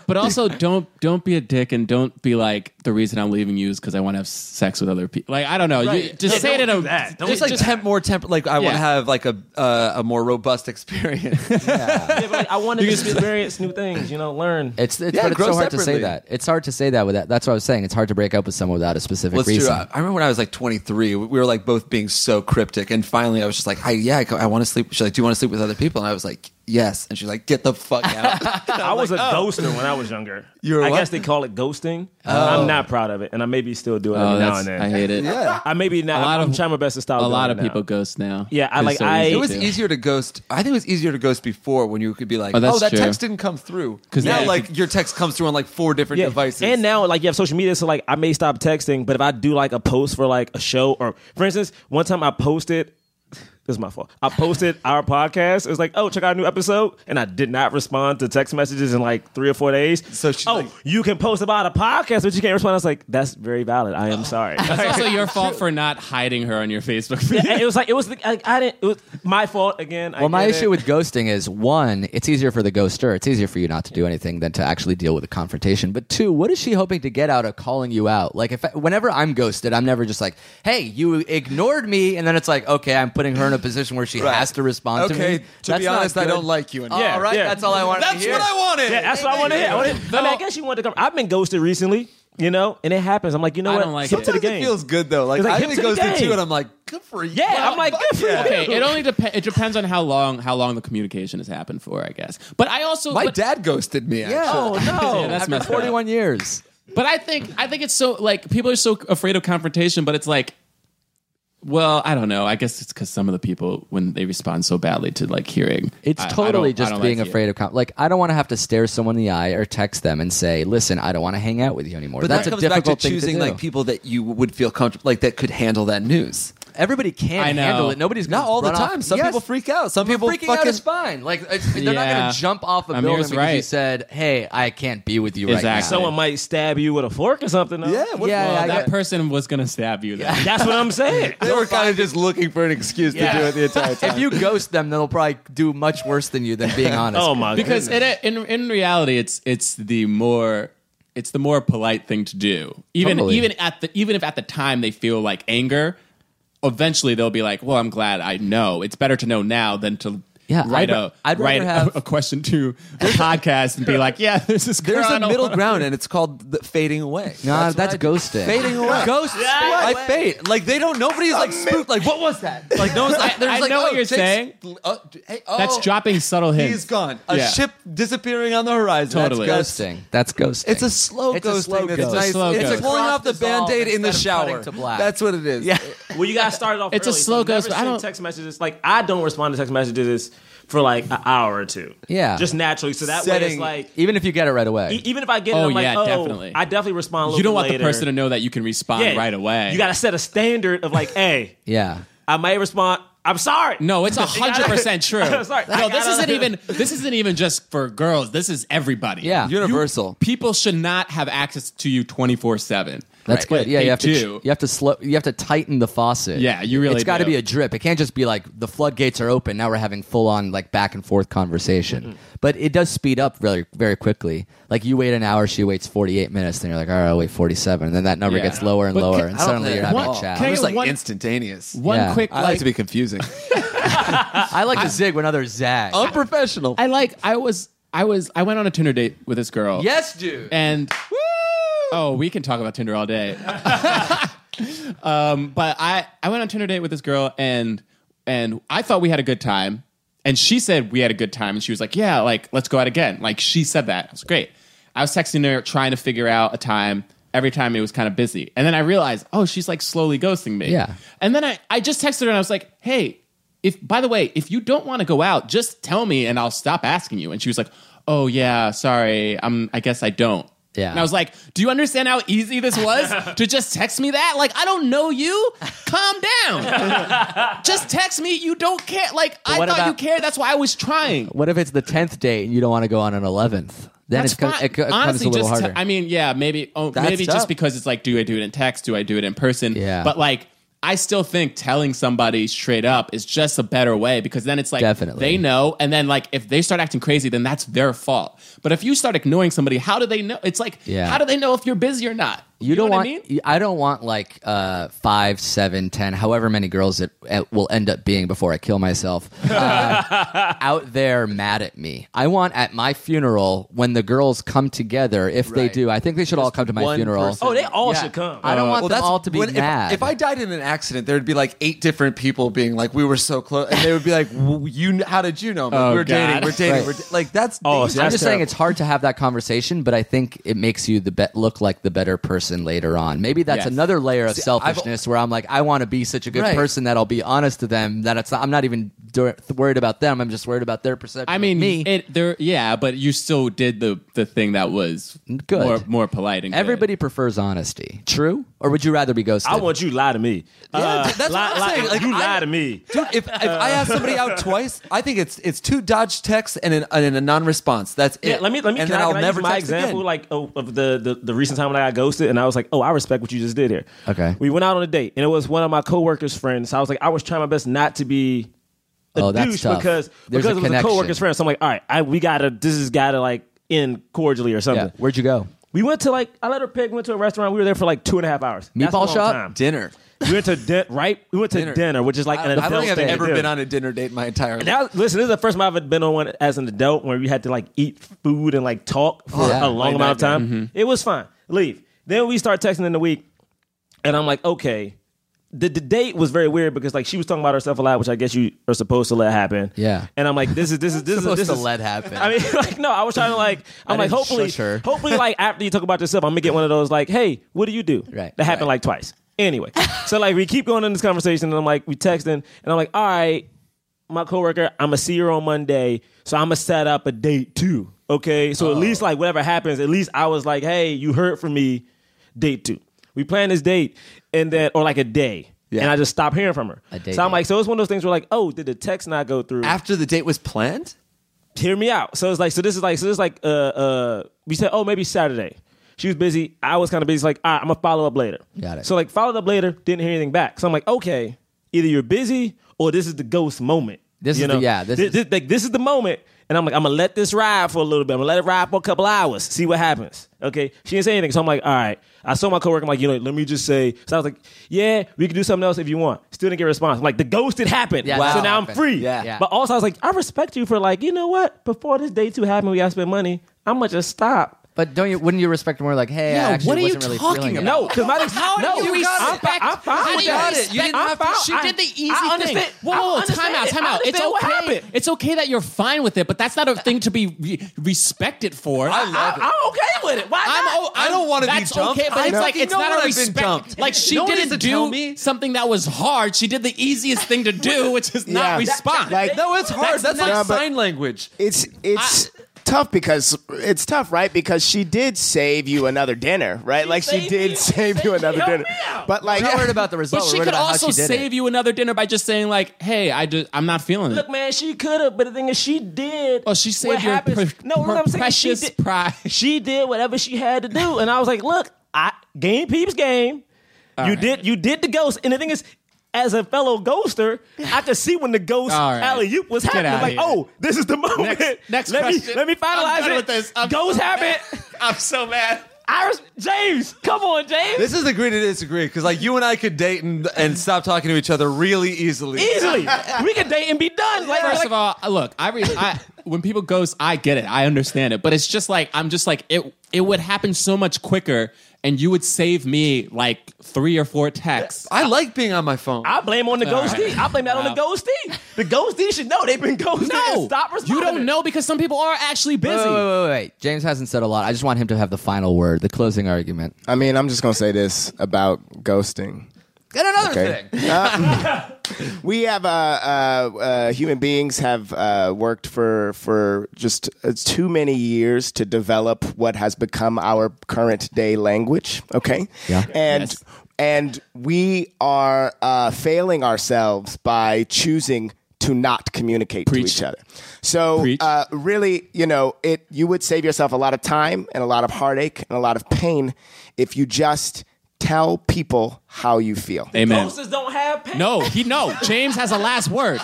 [SPEAKER 8] But also, don't don't be a dick and don't be like the reason I'm leaving you is because I want to have sex with other people. Like I don't know. You-
[SPEAKER 5] Right.
[SPEAKER 8] just
[SPEAKER 5] Yeah,
[SPEAKER 8] say it in
[SPEAKER 6] don't
[SPEAKER 8] a
[SPEAKER 6] do that. Don't
[SPEAKER 5] Just like
[SPEAKER 6] Just-
[SPEAKER 5] temp more temp. Like I want
[SPEAKER 8] Yeah.
[SPEAKER 5] to have like a uh, a more robust experience.
[SPEAKER 6] Yeah, but, like, I wanted to experience new things, you know, learn.
[SPEAKER 4] It's, it's
[SPEAKER 5] Yeah,
[SPEAKER 4] but it's
[SPEAKER 5] grow
[SPEAKER 4] so hard to say
[SPEAKER 5] separately.
[SPEAKER 4] that. It's hard to say that with that. That's what I was saying. It's hard to break up with someone without a specific
[SPEAKER 5] Let's do.
[SPEAKER 4] reason.
[SPEAKER 5] I I remember when I was like 23, we were like both being so cryptic, and finally I was just like, "Hi, yeah, I, co- I want to sleep." She's like, "Do you want to sleep with other people?" And I was like, "Yes." And she's like, "Get the fuck out."
[SPEAKER 6] I was a
[SPEAKER 8] oh.
[SPEAKER 6] ghoster when I was younger.
[SPEAKER 5] You were
[SPEAKER 6] I
[SPEAKER 5] what?
[SPEAKER 6] guess they call it ghosting. I'm not proud of it, and I maybe still do it
[SPEAKER 8] Oh,
[SPEAKER 6] every now
[SPEAKER 8] that's-
[SPEAKER 6] and then.
[SPEAKER 8] I hate it.
[SPEAKER 6] I maybe not.
[SPEAKER 8] A lot
[SPEAKER 6] I'm
[SPEAKER 8] of-
[SPEAKER 6] trying my best to stop.
[SPEAKER 8] A
[SPEAKER 6] doing it
[SPEAKER 8] lot of
[SPEAKER 6] now.
[SPEAKER 8] people ghost now.
[SPEAKER 6] Yeah, I
[SPEAKER 8] It's
[SPEAKER 6] like-
[SPEAKER 8] so
[SPEAKER 6] I-
[SPEAKER 8] easy
[SPEAKER 5] it was
[SPEAKER 8] to do.
[SPEAKER 5] easier to ghost. I think it was easier to ghost before when you could be like,
[SPEAKER 8] Oh,
[SPEAKER 5] "Oh,
[SPEAKER 8] that's
[SPEAKER 5] that
[SPEAKER 8] true.
[SPEAKER 5] text didn't come through."
[SPEAKER 8] 'Cause
[SPEAKER 5] now,
[SPEAKER 8] now you
[SPEAKER 5] like your text comes through on like four different
[SPEAKER 6] Yeah.
[SPEAKER 5] devices,
[SPEAKER 6] And now, like, you have social media, so like, I may stop texting, but if I do like a post for like a show, or for instance, one time I posted, this is my fault. I posted our podcast. It was like, oh, check out our new episode, and I did not respond to text messages in like three or four days.
[SPEAKER 5] So she's
[SPEAKER 6] oh,
[SPEAKER 5] like-
[SPEAKER 6] you can post about a podcast, but you can't respond. I was like, that's very valid. I am sorry.
[SPEAKER 8] It's also your fault for not hiding her on your Facebook. feed.
[SPEAKER 6] Yeah, it was like it was like, I didn't. It was my fault again. I
[SPEAKER 4] well, my
[SPEAKER 6] get it.
[SPEAKER 4] issue with ghosting is one, it's easier for the ghoster. It's easier for you not to do anything than to actually deal with a confrontation. But two, what is she hoping to get out of calling you out? Like, if I, whenever I'm ghosted, I'm never just like, "Hey, you ignored me," and then it's like, "Okay, I'm putting her in a position where she
[SPEAKER 5] Right.
[SPEAKER 4] has to respond to me."
[SPEAKER 5] Okay, to
[SPEAKER 4] That's
[SPEAKER 5] be
[SPEAKER 4] not
[SPEAKER 5] honest, I
[SPEAKER 4] good.
[SPEAKER 5] don't like you anymore.
[SPEAKER 6] Yeah,
[SPEAKER 4] All right,
[SPEAKER 6] yeah.
[SPEAKER 4] that's all I want.
[SPEAKER 5] That's
[SPEAKER 4] to hear.
[SPEAKER 5] what I wanted.
[SPEAKER 6] Yeah, that's what I want to hear. I, wanna- I mean, I
[SPEAKER 8] Though-
[SPEAKER 6] guess you want to come. I've been ghosted recently, you know, and it happens. I'm like, you know
[SPEAKER 8] I
[SPEAKER 6] what?
[SPEAKER 8] don't like
[SPEAKER 6] Hip
[SPEAKER 8] it.
[SPEAKER 6] to the
[SPEAKER 5] Sometimes
[SPEAKER 6] game.
[SPEAKER 5] it feels good though. Like,
[SPEAKER 6] It's like,
[SPEAKER 5] I
[SPEAKER 6] hit
[SPEAKER 5] think
[SPEAKER 6] to
[SPEAKER 5] it
[SPEAKER 6] the
[SPEAKER 5] goes through
[SPEAKER 6] game.
[SPEAKER 5] two, and I'm like, "Good for you."
[SPEAKER 6] yeah, I'm like,
[SPEAKER 5] fuck
[SPEAKER 6] good for
[SPEAKER 5] yeah.
[SPEAKER 6] you.
[SPEAKER 8] okay, it only depends. It depends on how long how long the communication has happened for, I guess. But I also
[SPEAKER 5] My
[SPEAKER 8] but,
[SPEAKER 5] dad ghosted me.
[SPEAKER 4] Yeah. Oh,
[SPEAKER 5] actually.
[SPEAKER 8] Yeah, that's messed up.
[SPEAKER 4] Forty-one years.
[SPEAKER 8] But I think I think it's so like people are so afraid of confrontation, but it's like, well, I don't know. I guess it's because some of the people when they respond so badly to like hearing,
[SPEAKER 4] It's
[SPEAKER 8] I- I
[SPEAKER 4] totally
[SPEAKER 8] don't- I
[SPEAKER 4] just
[SPEAKER 8] don't
[SPEAKER 4] being
[SPEAKER 8] like you.
[SPEAKER 4] afraid of com- like I don't want to have to stare someone in the eye or text them and say, "Listen, I don't want to hang out with you anymore."
[SPEAKER 5] But that
[SPEAKER 4] that's a
[SPEAKER 5] comes back
[SPEAKER 4] difficult
[SPEAKER 5] to
[SPEAKER 4] thing
[SPEAKER 5] choosing
[SPEAKER 4] to do.
[SPEAKER 5] like people that you would feel comfortable, like that could handle that news.
[SPEAKER 4] Everybody can't
[SPEAKER 8] I know.
[SPEAKER 4] handle it. Nobody's gonna
[SPEAKER 5] Not all the
[SPEAKER 4] run off-
[SPEAKER 5] time. Some
[SPEAKER 4] Yes.
[SPEAKER 5] people freak out. Some people
[SPEAKER 4] freaking
[SPEAKER 5] fucking
[SPEAKER 4] out is fine. Like it's, they're not
[SPEAKER 8] Yeah.
[SPEAKER 4] gonna jump off a
[SPEAKER 8] Amir's
[SPEAKER 4] building because you
[SPEAKER 8] right.
[SPEAKER 4] said, "Hey, I can't be with you right now."
[SPEAKER 8] Exactly.
[SPEAKER 6] Someone might stab you with a fork or something. though.
[SPEAKER 5] Yeah, what-
[SPEAKER 4] Yeah,
[SPEAKER 8] Well,
[SPEAKER 4] yeah, I
[SPEAKER 8] that
[SPEAKER 4] get-
[SPEAKER 8] person was gonna stab you. Though.
[SPEAKER 6] that's what I'm saying.
[SPEAKER 5] They were kind of just looking for an excuse to do it the entire time.
[SPEAKER 4] if you ghost them, they'll probably do much worse than you than being honest.
[SPEAKER 6] oh my
[SPEAKER 8] because
[SPEAKER 6] goodness.
[SPEAKER 8] in, in in reality, it's it's the more it's the more polite thing to do. Even
[SPEAKER 4] Totally.
[SPEAKER 8] even at the even if at the time they feel like anger, eventually they'll be like, "Well, I'm glad I know." It's better to know now than to.
[SPEAKER 4] Yeah,
[SPEAKER 8] write
[SPEAKER 4] I'd ra-
[SPEAKER 8] a
[SPEAKER 4] I'd rather
[SPEAKER 8] write a-
[SPEAKER 4] have-
[SPEAKER 8] a, question to a podcast and be like, yeah, this is
[SPEAKER 5] There's a middle ground, and it's called the fading away.
[SPEAKER 4] Nah,
[SPEAKER 5] what
[SPEAKER 4] Uh, that's
[SPEAKER 5] I do.
[SPEAKER 4] ghosting.
[SPEAKER 5] Fading away. Ghosts. I fade. Like they don't. Nobody's like spooked. Like what was that? Like no one's like.
[SPEAKER 8] I-
[SPEAKER 5] There's
[SPEAKER 8] I
[SPEAKER 5] like,
[SPEAKER 8] know
[SPEAKER 5] oh,
[SPEAKER 8] what you're
[SPEAKER 5] Jake's-
[SPEAKER 8] saying.
[SPEAKER 5] oh, hey, oh,
[SPEAKER 8] That's dropping subtle hints.
[SPEAKER 5] He's gone. A
[SPEAKER 8] Yeah.
[SPEAKER 5] ship disappearing on the horizon.
[SPEAKER 8] Totally.
[SPEAKER 5] That's ghosting.
[SPEAKER 4] ghosting. That's ghosting.
[SPEAKER 5] It's a slow
[SPEAKER 4] It's a
[SPEAKER 5] ghosting.
[SPEAKER 4] slow
[SPEAKER 5] that's
[SPEAKER 4] ghost.
[SPEAKER 8] It's a
[SPEAKER 5] nice.
[SPEAKER 8] slow
[SPEAKER 5] it's
[SPEAKER 8] ghost.
[SPEAKER 5] like pulling off the
[SPEAKER 4] Dissolve
[SPEAKER 5] band-aid in the
[SPEAKER 4] instead of cutting
[SPEAKER 5] shower.
[SPEAKER 4] to black.
[SPEAKER 5] That's what it is. Yeah.
[SPEAKER 6] well, you guys started off.
[SPEAKER 8] It's a
[SPEAKER 6] early, so
[SPEAKER 8] slow
[SPEAKER 6] never
[SPEAKER 8] ghost, but I
[SPEAKER 6] send
[SPEAKER 8] don't-
[SPEAKER 6] text messages. Like I don't respond to text messages for like an hour or two.
[SPEAKER 4] Yeah.
[SPEAKER 6] just naturally. So that way it's
[SPEAKER 5] Setting-
[SPEAKER 6] like.
[SPEAKER 4] even if you get it right
[SPEAKER 6] e-
[SPEAKER 4] away.
[SPEAKER 6] Even if I get it,
[SPEAKER 8] Oh,
[SPEAKER 6] I'm like,
[SPEAKER 8] yeah,
[SPEAKER 6] oh,
[SPEAKER 8] definitely.
[SPEAKER 6] I definitely respond. A little
[SPEAKER 8] you don't
[SPEAKER 6] bit
[SPEAKER 8] want
[SPEAKER 6] later.
[SPEAKER 8] the person to know that you can respond
[SPEAKER 6] Yeah.
[SPEAKER 8] right away.
[SPEAKER 6] You got to set a standard of like, hey,
[SPEAKER 4] Yeah.
[SPEAKER 6] I might respond. I'm sorry.
[SPEAKER 8] No, it's hundred percent true.
[SPEAKER 6] I'm sorry.
[SPEAKER 8] No,
[SPEAKER 6] I
[SPEAKER 8] this
[SPEAKER 6] gotta-
[SPEAKER 8] isn't even this isn't even just for girls. This is everybody.
[SPEAKER 4] Yeah.
[SPEAKER 5] Universal.
[SPEAKER 8] People should not have access to you twenty four seven.
[SPEAKER 4] That's good. Yeah,
[SPEAKER 8] they
[SPEAKER 4] you have
[SPEAKER 8] do.
[SPEAKER 4] to you have to slow you have to tighten the faucet.
[SPEAKER 8] Yeah, you really
[SPEAKER 4] It's got to
[SPEAKER 8] do.
[SPEAKER 4] be a drip. It can't just be like the floodgates are open. Now we're having full on like back and forth conversation. But it does speed up very very quickly. Like you wait an hour, she waits forty eight minutes. Then you're like, all right, I'll wait forty seven. And then that number
[SPEAKER 8] Yeah.
[SPEAKER 4] gets lower and
[SPEAKER 8] But
[SPEAKER 4] lower,
[SPEAKER 8] can-
[SPEAKER 4] and
[SPEAKER 8] I don't
[SPEAKER 4] suddenly
[SPEAKER 5] think-
[SPEAKER 4] you're having
[SPEAKER 8] Well,
[SPEAKER 4] a chat.
[SPEAKER 8] can-
[SPEAKER 5] It's like
[SPEAKER 8] One-
[SPEAKER 5] instantaneous.
[SPEAKER 8] One
[SPEAKER 4] Yeah.
[SPEAKER 8] quick
[SPEAKER 5] I like, to be confusing.
[SPEAKER 4] I like to zig when others zag.
[SPEAKER 5] Unprofessional.
[SPEAKER 8] I like I was I was I went on a Tinder date with this girl.
[SPEAKER 4] yes, dude.
[SPEAKER 8] And Oh, we can talk about Tinder all day. um, but I I went on Tinder date with this girl and and I thought we had a good time. And she said we had a good time and she was like, "Yeah, like let's go out again." Like she said that. It was great. I was texting her trying to figure out a time. Every time it was kind of busy. And then I realized, "Oh, she's like slowly ghosting me."
[SPEAKER 4] Yeah.
[SPEAKER 8] And then I I just texted her and I was like, "Hey, if by the way, if you don't want to go out, just tell me and I'll stop asking you." And she was like, "Oh yeah, sorry. I'm I guess I don't."
[SPEAKER 4] Yeah.
[SPEAKER 8] And I was like, do you understand how easy this was to just text me that? Like, I don't know you. Calm down. just text me. You don't care. Like, I
[SPEAKER 4] what
[SPEAKER 8] thought
[SPEAKER 4] about-
[SPEAKER 8] you cared. That's why I was trying.
[SPEAKER 4] What if it's the tenth date and you don't want to go on an eleventh? Then
[SPEAKER 8] That's
[SPEAKER 4] it's co-
[SPEAKER 8] fine.
[SPEAKER 4] it, co- it comes
[SPEAKER 8] Honestly,
[SPEAKER 4] a little
[SPEAKER 8] just
[SPEAKER 4] harder.
[SPEAKER 8] te- I mean, yeah, maybe, oh,
[SPEAKER 5] That's
[SPEAKER 8] maybe
[SPEAKER 5] tough.
[SPEAKER 8] just because it's like, do I do it in text? Do I do it in person?
[SPEAKER 4] Yeah.
[SPEAKER 8] But like, I still think telling somebody straight up is just a better way because then it's like
[SPEAKER 4] Definitely.
[SPEAKER 8] they know, and then like if they start acting crazy, then that's their fault. But if you start ignoring somebody, how do they know? It's like
[SPEAKER 4] Yeah.
[SPEAKER 8] how do they know if you're busy or not?
[SPEAKER 4] You, don't
[SPEAKER 8] know
[SPEAKER 4] want.
[SPEAKER 8] what I mean?
[SPEAKER 4] you- I don't want like uh, five, seven, ten, however many girls it, it will end up being before I kill myself uh, out there mad at me. I want at my funeral when the girls come together, if they
[SPEAKER 5] Right.
[SPEAKER 4] do, I think they should all come to my
[SPEAKER 5] one
[SPEAKER 4] funeral.
[SPEAKER 5] person.
[SPEAKER 6] Oh, they all
[SPEAKER 4] Yeah.
[SPEAKER 6] should come.
[SPEAKER 4] I don't want
[SPEAKER 5] Well,
[SPEAKER 4] them
[SPEAKER 5] that's
[SPEAKER 4] all to be
[SPEAKER 5] when- if-
[SPEAKER 4] mad.
[SPEAKER 5] If, I died in an accident, there'd be like eight different people being like, "We were so close," and they would be like, "W- "You, how did you know?" I'm like,
[SPEAKER 8] Oh,
[SPEAKER 5] we're
[SPEAKER 8] God.
[SPEAKER 5] dating, we're dating,
[SPEAKER 4] Right.
[SPEAKER 5] we're da-" like that's.
[SPEAKER 6] Oh,
[SPEAKER 5] dangerous.
[SPEAKER 6] see,
[SPEAKER 4] I'm
[SPEAKER 6] that's
[SPEAKER 4] just saying
[SPEAKER 6] terrible.
[SPEAKER 4] it's hard to have that conversation, but I think it makes you the bet look like the better person later on. Maybe that's
[SPEAKER 8] Yes.
[SPEAKER 4] another layer of
[SPEAKER 5] See, I've-
[SPEAKER 4] selfishness where I'm like, I want to be such a good
[SPEAKER 5] Right.
[SPEAKER 4] person that I'll be honest to them. That it's not, I'm not even do- worried about them. I'm just worried about their perception.
[SPEAKER 8] I
[SPEAKER 4] of
[SPEAKER 8] mean,
[SPEAKER 4] me.
[SPEAKER 8] It, there, yeah, but you still did the the thing that was
[SPEAKER 4] Good.
[SPEAKER 8] more more polite and good.
[SPEAKER 4] Everybody prefers honesty. True, or would you rather be ghosted?
[SPEAKER 6] I want you to lie to me.
[SPEAKER 5] Yeah,
[SPEAKER 6] Uh,
[SPEAKER 5] dude, that's
[SPEAKER 6] lie-
[SPEAKER 5] what I'm
[SPEAKER 6] lie-
[SPEAKER 5] saying. Like,
[SPEAKER 6] you
[SPEAKER 5] I-
[SPEAKER 6] lie to me.
[SPEAKER 5] Dude, if, if I have somebody out twice, I think it's it's two dodged texts and an, and a non-response. That's it.
[SPEAKER 6] Yeah, let me let me.
[SPEAKER 5] And
[SPEAKER 6] can
[SPEAKER 5] then
[SPEAKER 6] I,
[SPEAKER 5] I'll
[SPEAKER 6] can I
[SPEAKER 5] never
[SPEAKER 6] use my
[SPEAKER 5] text
[SPEAKER 6] example
[SPEAKER 5] again.
[SPEAKER 6] like of, of the, the the recent time when I got ghosted, and I was like, oh, I respect what you just did here.
[SPEAKER 4] Okay.
[SPEAKER 6] we went out on a date, and it was one of my coworkers' friends. So I was like, I was trying my best not to be. A
[SPEAKER 4] Oh, that's
[SPEAKER 6] douche
[SPEAKER 4] tough.
[SPEAKER 6] because
[SPEAKER 4] There's a
[SPEAKER 6] because it was a
[SPEAKER 4] connection.
[SPEAKER 6] coworker's friend. So I'm like, all right, I, we gotta this has gotta like end cordially or something.
[SPEAKER 4] Yeah. Where'd you go?
[SPEAKER 6] We went to like I let her pick. Went to a restaurant. We were there for like two and a half hours. That's a
[SPEAKER 4] Meatball
[SPEAKER 6] long
[SPEAKER 4] shop?
[SPEAKER 6] time.
[SPEAKER 5] dinner.
[SPEAKER 6] We went to din- right. We went to dinner,
[SPEAKER 5] Dinner.
[SPEAKER 6] which is like an
[SPEAKER 5] Uh, I, I
[SPEAKER 6] adult
[SPEAKER 5] don't think I've
[SPEAKER 6] thing.
[SPEAKER 5] ever
[SPEAKER 6] Yeah.
[SPEAKER 5] been on a dinner date in my entire life.
[SPEAKER 6] And That, listen, this is the first time I've ever been on one as an adult where we had to like eat food and like talk for
[SPEAKER 4] Yeah.
[SPEAKER 6] a long
[SPEAKER 5] Like
[SPEAKER 6] amount of time.
[SPEAKER 4] Mm-hmm.
[SPEAKER 6] It was fine. Leave. Then we start texting in the week, and I'm like, okay. The, the date was very weird because like she was talking about herself a lot, which I guess you are supposed to let happen.
[SPEAKER 4] Yeah.
[SPEAKER 6] And I'm like, this is this is this is
[SPEAKER 4] Supposed
[SPEAKER 6] this
[SPEAKER 4] to
[SPEAKER 6] is
[SPEAKER 4] let happen.
[SPEAKER 6] I mean, like no, I was trying to like I'm
[SPEAKER 4] I
[SPEAKER 6] like
[SPEAKER 4] didn't
[SPEAKER 6] hopefully
[SPEAKER 4] shush her.
[SPEAKER 6] hopefully like after you talk about yourself, I'm gonna get one of those like, hey, what do you do?
[SPEAKER 4] Right,
[SPEAKER 6] That happened like twice. Anyway, so like we keep going in this conversation, and I'm like, we texting, and I'm like, all right, my coworker, I'm gonna see her on Monday, so I'm gonna set up a date too. Okay, so at
[SPEAKER 4] Oh.
[SPEAKER 6] least like whatever happens, at least I was like, hey, you heard from me, date two. We plan this date, and then or like a day, and I just stop hearing from her.
[SPEAKER 4] A date
[SPEAKER 6] so I'm
[SPEAKER 4] date.
[SPEAKER 6] like, so it's one of those things where like, oh, did the text not go through?
[SPEAKER 5] After the date was planned,
[SPEAKER 6] hear me out. So it's like, so this is like, so this is like, uh, uh, we said, oh, maybe Saturday. She was busy. I was kind of busy. It's like, all right, I'm gonna follow up later.
[SPEAKER 4] Got it.
[SPEAKER 6] So like, followed up later. Didn't hear anything back. So I'm like, okay, either you're busy or this is the ghost moment.
[SPEAKER 4] This
[SPEAKER 6] you
[SPEAKER 4] is the-
[SPEAKER 6] know?
[SPEAKER 4] yeah, this
[SPEAKER 6] Thi-
[SPEAKER 4] is-
[SPEAKER 6] thi- like this is the moment. And I'm like, I'm gonna let this ride for a little bit. I'm gonna let it ride for a couple hours. See what happens. Okay. She didn't say anything. So I'm like, all right. I saw my coworker. I'm like, you know, let me just say. So I was like, yeah, we can do something else if you want. Still didn't get a response. I'm like, the ghost had happened.
[SPEAKER 4] Yeah,
[SPEAKER 6] So
[SPEAKER 4] that
[SPEAKER 6] now I'm
[SPEAKER 4] happened.
[SPEAKER 6] free.
[SPEAKER 4] Yeah. Yeah.
[SPEAKER 6] But also, I was like, I respect you for like, you know what? Before this day two happened, we gotta spend money. I'm gonna just stop.
[SPEAKER 4] But don't you? Wouldn't you respect more? Like, hey, I
[SPEAKER 5] Yeah,
[SPEAKER 4] actually
[SPEAKER 5] what are you
[SPEAKER 4] wasn't really
[SPEAKER 5] talking
[SPEAKER 4] feeling it.
[SPEAKER 5] about?
[SPEAKER 6] No, because my
[SPEAKER 5] How
[SPEAKER 6] no,
[SPEAKER 5] do you
[SPEAKER 6] I'm, fi-
[SPEAKER 5] respect-
[SPEAKER 6] I'm fine
[SPEAKER 5] how do
[SPEAKER 6] with
[SPEAKER 5] you
[SPEAKER 6] that.
[SPEAKER 5] respect- You didn't
[SPEAKER 6] I'm
[SPEAKER 5] have to-
[SPEAKER 6] fine.
[SPEAKER 5] she
[SPEAKER 6] I-
[SPEAKER 5] did the easy
[SPEAKER 6] I
[SPEAKER 5] thing.
[SPEAKER 6] understand. I
[SPEAKER 8] Whoa, whoa, time
[SPEAKER 6] understand
[SPEAKER 8] out,
[SPEAKER 6] it.
[SPEAKER 8] time
[SPEAKER 6] I
[SPEAKER 8] out. It's
[SPEAKER 6] understand what
[SPEAKER 8] okay.
[SPEAKER 6] happened.
[SPEAKER 8] It's okay that you're fine with it, but that's not a thing to be re- respected for. I
[SPEAKER 6] I, I'm okay with it. Why
[SPEAKER 5] I'm
[SPEAKER 6] not?
[SPEAKER 5] o- I don't wanna be
[SPEAKER 8] That's
[SPEAKER 5] dumped.
[SPEAKER 8] okay, but
[SPEAKER 5] I
[SPEAKER 8] it's like
[SPEAKER 5] fucking
[SPEAKER 8] it's
[SPEAKER 5] know
[SPEAKER 8] not
[SPEAKER 5] when
[SPEAKER 8] a
[SPEAKER 5] I've been
[SPEAKER 8] respect.
[SPEAKER 5] dumped.
[SPEAKER 8] Like she
[SPEAKER 5] No one
[SPEAKER 8] didn't
[SPEAKER 5] has to tell
[SPEAKER 8] do
[SPEAKER 5] me.
[SPEAKER 8] something that was hard. She did the easiest thing to do, which is not
[SPEAKER 7] Yeah.
[SPEAKER 8] respond.
[SPEAKER 7] Like-
[SPEAKER 5] no, it's hard. That's, like
[SPEAKER 7] Yeah, but-
[SPEAKER 5] sign language.
[SPEAKER 7] It's it's tough because it's tough, right? Because she did save you another dinner, right? like she
[SPEAKER 6] saved
[SPEAKER 7] did
[SPEAKER 6] me.
[SPEAKER 7] save
[SPEAKER 6] She
[SPEAKER 7] you another
[SPEAKER 6] helped
[SPEAKER 7] dinner.
[SPEAKER 6] me out.
[SPEAKER 7] But like
[SPEAKER 4] We're not worried about the
[SPEAKER 8] but
[SPEAKER 4] result.
[SPEAKER 8] she
[SPEAKER 4] We're worried
[SPEAKER 8] could
[SPEAKER 4] about how
[SPEAKER 8] also
[SPEAKER 4] she did it.
[SPEAKER 8] save you another dinner by just saying like, "Hey, I just, I'm not feeling it."
[SPEAKER 6] Look, man, she could have, but the thing is, she did.
[SPEAKER 8] Oh, she saved
[SPEAKER 6] what
[SPEAKER 8] your
[SPEAKER 6] happens-
[SPEAKER 8] pre-
[SPEAKER 6] no, what
[SPEAKER 8] her
[SPEAKER 6] I'm saying, she
[SPEAKER 8] precious
[SPEAKER 6] did,
[SPEAKER 8] pride.
[SPEAKER 6] She did whatever she had to do, and I was like, "Look, I game peeps game. you
[SPEAKER 8] right.
[SPEAKER 6] did, you did the ghost." And the thing is, as a fellow ghoster, I could see when the ghost
[SPEAKER 8] All right.
[SPEAKER 6] alley oop was
[SPEAKER 8] Get
[SPEAKER 6] happening.
[SPEAKER 8] outta
[SPEAKER 6] Like,
[SPEAKER 8] here.
[SPEAKER 6] oh, this is the moment.
[SPEAKER 8] Next- next
[SPEAKER 6] let me
[SPEAKER 8] question.
[SPEAKER 6] let me finalize
[SPEAKER 8] I'm done
[SPEAKER 6] it.
[SPEAKER 8] with this. I'm
[SPEAKER 6] ghost
[SPEAKER 8] so
[SPEAKER 6] happened.
[SPEAKER 8] I'm so mad.
[SPEAKER 6] Iris James, come on, James.
[SPEAKER 5] This is agree to disagree because like you and I could date and, and stop talking to each other really easily.
[SPEAKER 6] Easily, we could date and be done. Like,
[SPEAKER 8] First
[SPEAKER 6] like,
[SPEAKER 8] of all, look, I, re- I when people ghost, I get it, I understand it, but it's just like I'm just like it. It would happen so much quicker, and you would save me like three or four texts.
[SPEAKER 5] I like being on my phone.
[SPEAKER 6] I blame on the
[SPEAKER 8] All
[SPEAKER 6] ghosty.
[SPEAKER 8] right.
[SPEAKER 6] I blame that on the
[SPEAKER 8] Wow.
[SPEAKER 6] ghosty. The ghosty should know they've been ghosted. and
[SPEAKER 8] No,
[SPEAKER 6] stop responding.
[SPEAKER 8] you don't know because some people are actually busy.
[SPEAKER 4] Wait, wait, wait, wait, wait. James hasn't said a lot. I just want him to have the final word, the closing argument.
[SPEAKER 7] I mean, I'm just gonna say this about ghosting.
[SPEAKER 5] and another
[SPEAKER 7] Okay.
[SPEAKER 5] thing.
[SPEAKER 7] we have uh, uh, uh, human beings have uh, worked for for just uh, too many years to develop what has become our current day language. Okay,
[SPEAKER 4] Yeah.
[SPEAKER 7] and.
[SPEAKER 8] Yes.
[SPEAKER 7] And we are uh, failing ourselves by choosing to not communicate to
[SPEAKER 8] Preach.
[SPEAKER 7] each other. So,
[SPEAKER 8] Preach.
[SPEAKER 7] uh, really, you know, it you would save yourself a lot of time and a lot of heartache and a lot of pain if you just
[SPEAKER 6] tell people how you feel.
[SPEAKER 9] Amen.
[SPEAKER 10] Ghosts don't have pants.
[SPEAKER 9] No, he no. James has the last word.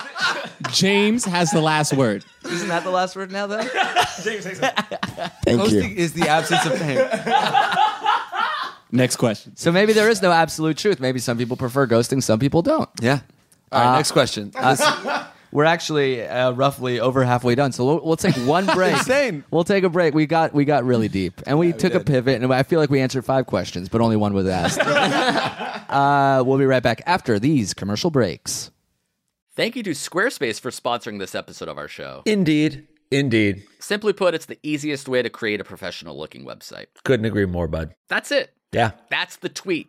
[SPEAKER 9] James has the last word.
[SPEAKER 11] Isn't that the last word now, though?
[SPEAKER 6] Thank
[SPEAKER 11] Ghosting
[SPEAKER 6] you.
[SPEAKER 11] is the absence of pain.
[SPEAKER 9] Next question.
[SPEAKER 4] So maybe there is no absolute truth. Maybe some people prefer ghosting, some people don't.
[SPEAKER 11] Yeah. All
[SPEAKER 8] Uh,
[SPEAKER 11] right, next question.
[SPEAKER 4] We're actually uh, roughly over halfway done, so we'll, we'll take one break.
[SPEAKER 11] Insane.
[SPEAKER 4] We'll take a break. We got we got really deep, and we took a
[SPEAKER 11] did.
[SPEAKER 4] pivot, and I feel like we answered five questions, but only one was asked. uh, we'll be right back after these commercial breaks.
[SPEAKER 8] Thank you to Squarespace for sponsoring this episode of our show.
[SPEAKER 12] Indeed. Indeed.
[SPEAKER 8] Simply put, it's the easiest way to create a professional looking website.
[SPEAKER 12] Couldn't agree more, bud.
[SPEAKER 8] That's it.
[SPEAKER 12] Yeah.
[SPEAKER 8] That's the tweet.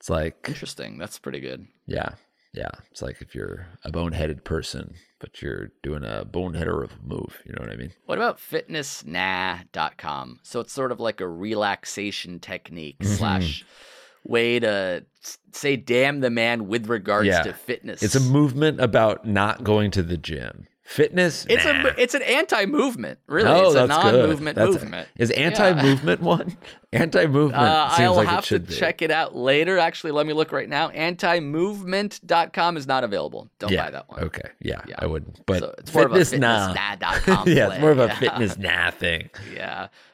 [SPEAKER 12] It's like,
[SPEAKER 8] Interesting. That's pretty good.
[SPEAKER 12] yeah, yeah. It's like if you're a boneheaded person, but you're doing a boneheader of a move. You know what I mean?
[SPEAKER 8] What about fitnessnah.com? So it's sort of like a relaxation technique
[SPEAKER 12] Mm-hmm.
[SPEAKER 8] slash way to s- say damn the man with regards
[SPEAKER 12] Yeah.
[SPEAKER 8] to fitness.
[SPEAKER 12] It's a movement about not going to the gym. Fitness.
[SPEAKER 8] It's a
[SPEAKER 12] nah.
[SPEAKER 8] mo- it's an anti-movement, really.
[SPEAKER 12] Oh,
[SPEAKER 8] it's a
[SPEAKER 12] that's good.
[SPEAKER 8] non-movement
[SPEAKER 12] That's-
[SPEAKER 8] movement.
[SPEAKER 12] Is anti-movement one? Anti-movement.
[SPEAKER 8] Uh,
[SPEAKER 12] seems
[SPEAKER 8] I'll
[SPEAKER 12] like
[SPEAKER 8] have
[SPEAKER 12] it
[SPEAKER 8] to
[SPEAKER 12] should be.
[SPEAKER 8] check it out later. Actually, let me look right now. Antimovement.com is not available. Don't
[SPEAKER 12] yeah.
[SPEAKER 8] buy that one.
[SPEAKER 12] Okay. Yeah,
[SPEAKER 8] Yeah.
[SPEAKER 12] I wouldn't. But
[SPEAKER 8] So it's more of a
[SPEAKER 12] fitness nah.
[SPEAKER 8] fitnessnah.com
[SPEAKER 12] yeah, it's
[SPEAKER 8] play.
[SPEAKER 12] more of a
[SPEAKER 8] Yeah.
[SPEAKER 12] fitness nah thing.
[SPEAKER 8] Yeah.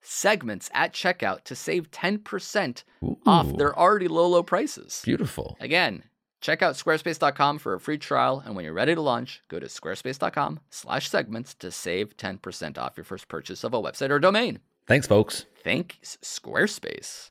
[SPEAKER 8] segments at checkout to save 10% off
[SPEAKER 12] Ooh.
[SPEAKER 8] their already low, low prices.
[SPEAKER 12] Beautiful.
[SPEAKER 8] Again, check out squarespace.com for a free trial. And when you're ready to launch, go to squarespace.com slash segments to save 10% off your first purchase of a website or domain.
[SPEAKER 12] Thanks, folks.
[SPEAKER 8] Thanks, Squarespace.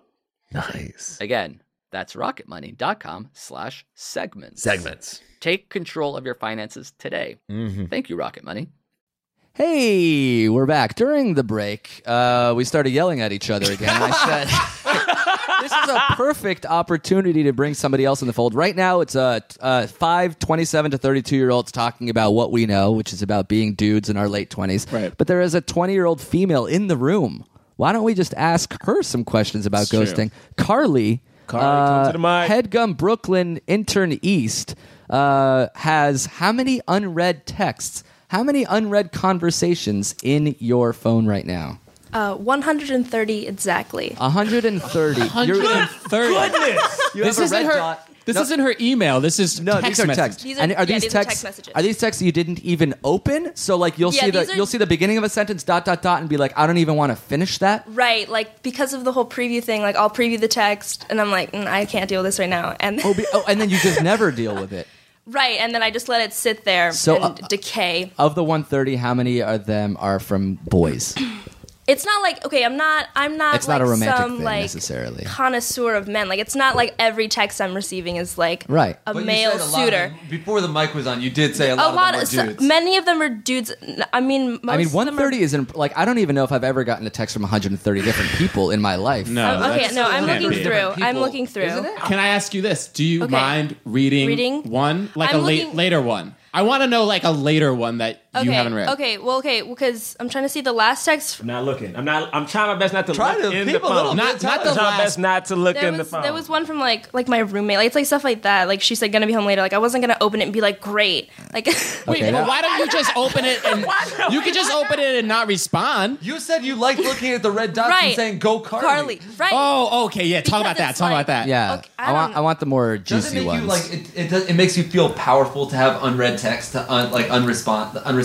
[SPEAKER 12] Nice.
[SPEAKER 8] Again, that's rocketmoney.com slash segments.
[SPEAKER 12] Segments.
[SPEAKER 8] Take control of your finances today.
[SPEAKER 9] Mm-hmm.
[SPEAKER 8] Thank you, Rocket Money.
[SPEAKER 4] Hey, we're back. During the break, uh, we started yelling at each other again. I said, "This is a perfect opportunity to bring somebody else in the fold." Right now, it's uh, t- uh, five 27 to thirty-two year olds talking about what we know, which is about being dudes in our late twenties.
[SPEAKER 9] Right.
[SPEAKER 4] But there is a twenty-year-old female in the room. Why don't we just ask her some questions about
[SPEAKER 9] true.
[SPEAKER 4] ghosting? Carly, uh,
[SPEAKER 10] Carly, come to the mic.
[SPEAKER 4] Headgum Brooklyn intern East uh, has how many unread texts? How many unread conversations in your phone right now?
[SPEAKER 13] Uh, 130 exactly.
[SPEAKER 4] 130. You're-
[SPEAKER 6] Goodness.
[SPEAKER 4] You have a red
[SPEAKER 8] her.
[SPEAKER 4] dot.
[SPEAKER 8] This
[SPEAKER 4] No.
[SPEAKER 8] isn't her email. This is
[SPEAKER 4] No,
[SPEAKER 8] text
[SPEAKER 4] these are
[SPEAKER 8] messages.
[SPEAKER 4] texts.
[SPEAKER 13] These are-
[SPEAKER 4] and are
[SPEAKER 13] yeah,
[SPEAKER 4] these
[SPEAKER 13] these are
[SPEAKER 4] texts,
[SPEAKER 13] text messages.
[SPEAKER 4] Are these texts you didn't even open? So like you'll
[SPEAKER 13] Yeah,
[SPEAKER 4] see the
[SPEAKER 13] these are-
[SPEAKER 4] you'll see the beginning of a sentence dot dot dot and be like I don't even want to finish that.
[SPEAKER 13] Right, like because of the whole preview thing, like I'll preview the text and I'm like, mm, I can't deal with this right now. And
[SPEAKER 4] Oh, be, oh, and then you just never deal with it.
[SPEAKER 13] right, and then I just let it sit there
[SPEAKER 4] So,
[SPEAKER 13] and
[SPEAKER 4] uh,
[SPEAKER 13] decay.
[SPEAKER 4] Of the 130, how many of them are from boys?
[SPEAKER 13] It's not like okay, I'm not I'm not
[SPEAKER 4] It's
[SPEAKER 13] like
[SPEAKER 4] not a romantic
[SPEAKER 13] some
[SPEAKER 4] thing
[SPEAKER 13] like
[SPEAKER 4] necessarily.
[SPEAKER 13] connoisseur of men. Like it's not like every text I'm receiving is like
[SPEAKER 4] Right.
[SPEAKER 13] a
[SPEAKER 4] But
[SPEAKER 5] you
[SPEAKER 13] male Oh.
[SPEAKER 5] said a lot of
[SPEAKER 13] suitor.
[SPEAKER 5] them- before the mic was on, you did say a lot, of them
[SPEAKER 13] so-
[SPEAKER 5] were dudes.
[SPEAKER 13] many of them are dudes. N- I mean, most
[SPEAKER 4] I mean,
[SPEAKER 13] of them are-
[SPEAKER 4] 130 isn't like I don't even know if I've ever gotten a text from 130 different people in my life.
[SPEAKER 8] No,
[SPEAKER 13] Oh, okay,
[SPEAKER 8] that's-
[SPEAKER 13] no, I'm
[SPEAKER 8] can't
[SPEAKER 13] looking
[SPEAKER 8] be.
[SPEAKER 13] through. I'm looking through.
[SPEAKER 8] Can I ask you this? Do you
[SPEAKER 13] Okay.
[SPEAKER 8] mind reading,
[SPEAKER 13] Reading?
[SPEAKER 8] one, like
[SPEAKER 13] I'm
[SPEAKER 8] a late,
[SPEAKER 13] looking-
[SPEAKER 8] later one? I want to know like a later one that
[SPEAKER 13] Okay.
[SPEAKER 8] you haven't read.
[SPEAKER 13] Okay. Well, okay, because I'm trying to see the last text.
[SPEAKER 6] I'm not looking. I'm not. I'm trying my best not to
[SPEAKER 5] Try
[SPEAKER 6] look
[SPEAKER 5] to
[SPEAKER 6] in the
[SPEAKER 5] peep a little
[SPEAKER 6] phone.
[SPEAKER 5] bit,
[SPEAKER 6] Not,
[SPEAKER 5] try
[SPEAKER 6] not
[SPEAKER 5] to-
[SPEAKER 6] the try my best not to look
[SPEAKER 13] There
[SPEAKER 6] in the
[SPEAKER 13] was,
[SPEAKER 6] phone.
[SPEAKER 13] there was one from like like my roommate. Like, it's like stuff like that. Like she said, gonna be home later. Like I wasn't gonna open it and be like, great. Like
[SPEAKER 8] Wait,
[SPEAKER 4] Okay.
[SPEAKER 8] well, why don't you just open it and you can just open it and not respond?
[SPEAKER 5] You said you liked looking at the red dots and
[SPEAKER 13] Right.
[SPEAKER 5] saying go Carly.
[SPEAKER 13] Carly, right?
[SPEAKER 8] Oh, okay, yeah. Talk about
[SPEAKER 13] Because
[SPEAKER 8] that.
[SPEAKER 13] it's
[SPEAKER 8] Talk
[SPEAKER 13] like-
[SPEAKER 8] about that.
[SPEAKER 4] Yeah,
[SPEAKER 13] Okay, I
[SPEAKER 4] I, want
[SPEAKER 13] don't-
[SPEAKER 4] I want the more
[SPEAKER 5] Doesn't
[SPEAKER 4] juicy
[SPEAKER 5] make
[SPEAKER 4] ones.
[SPEAKER 5] you like it, it, does, it makes you feel powerful to have unread text to un, like unrespond the unresponse.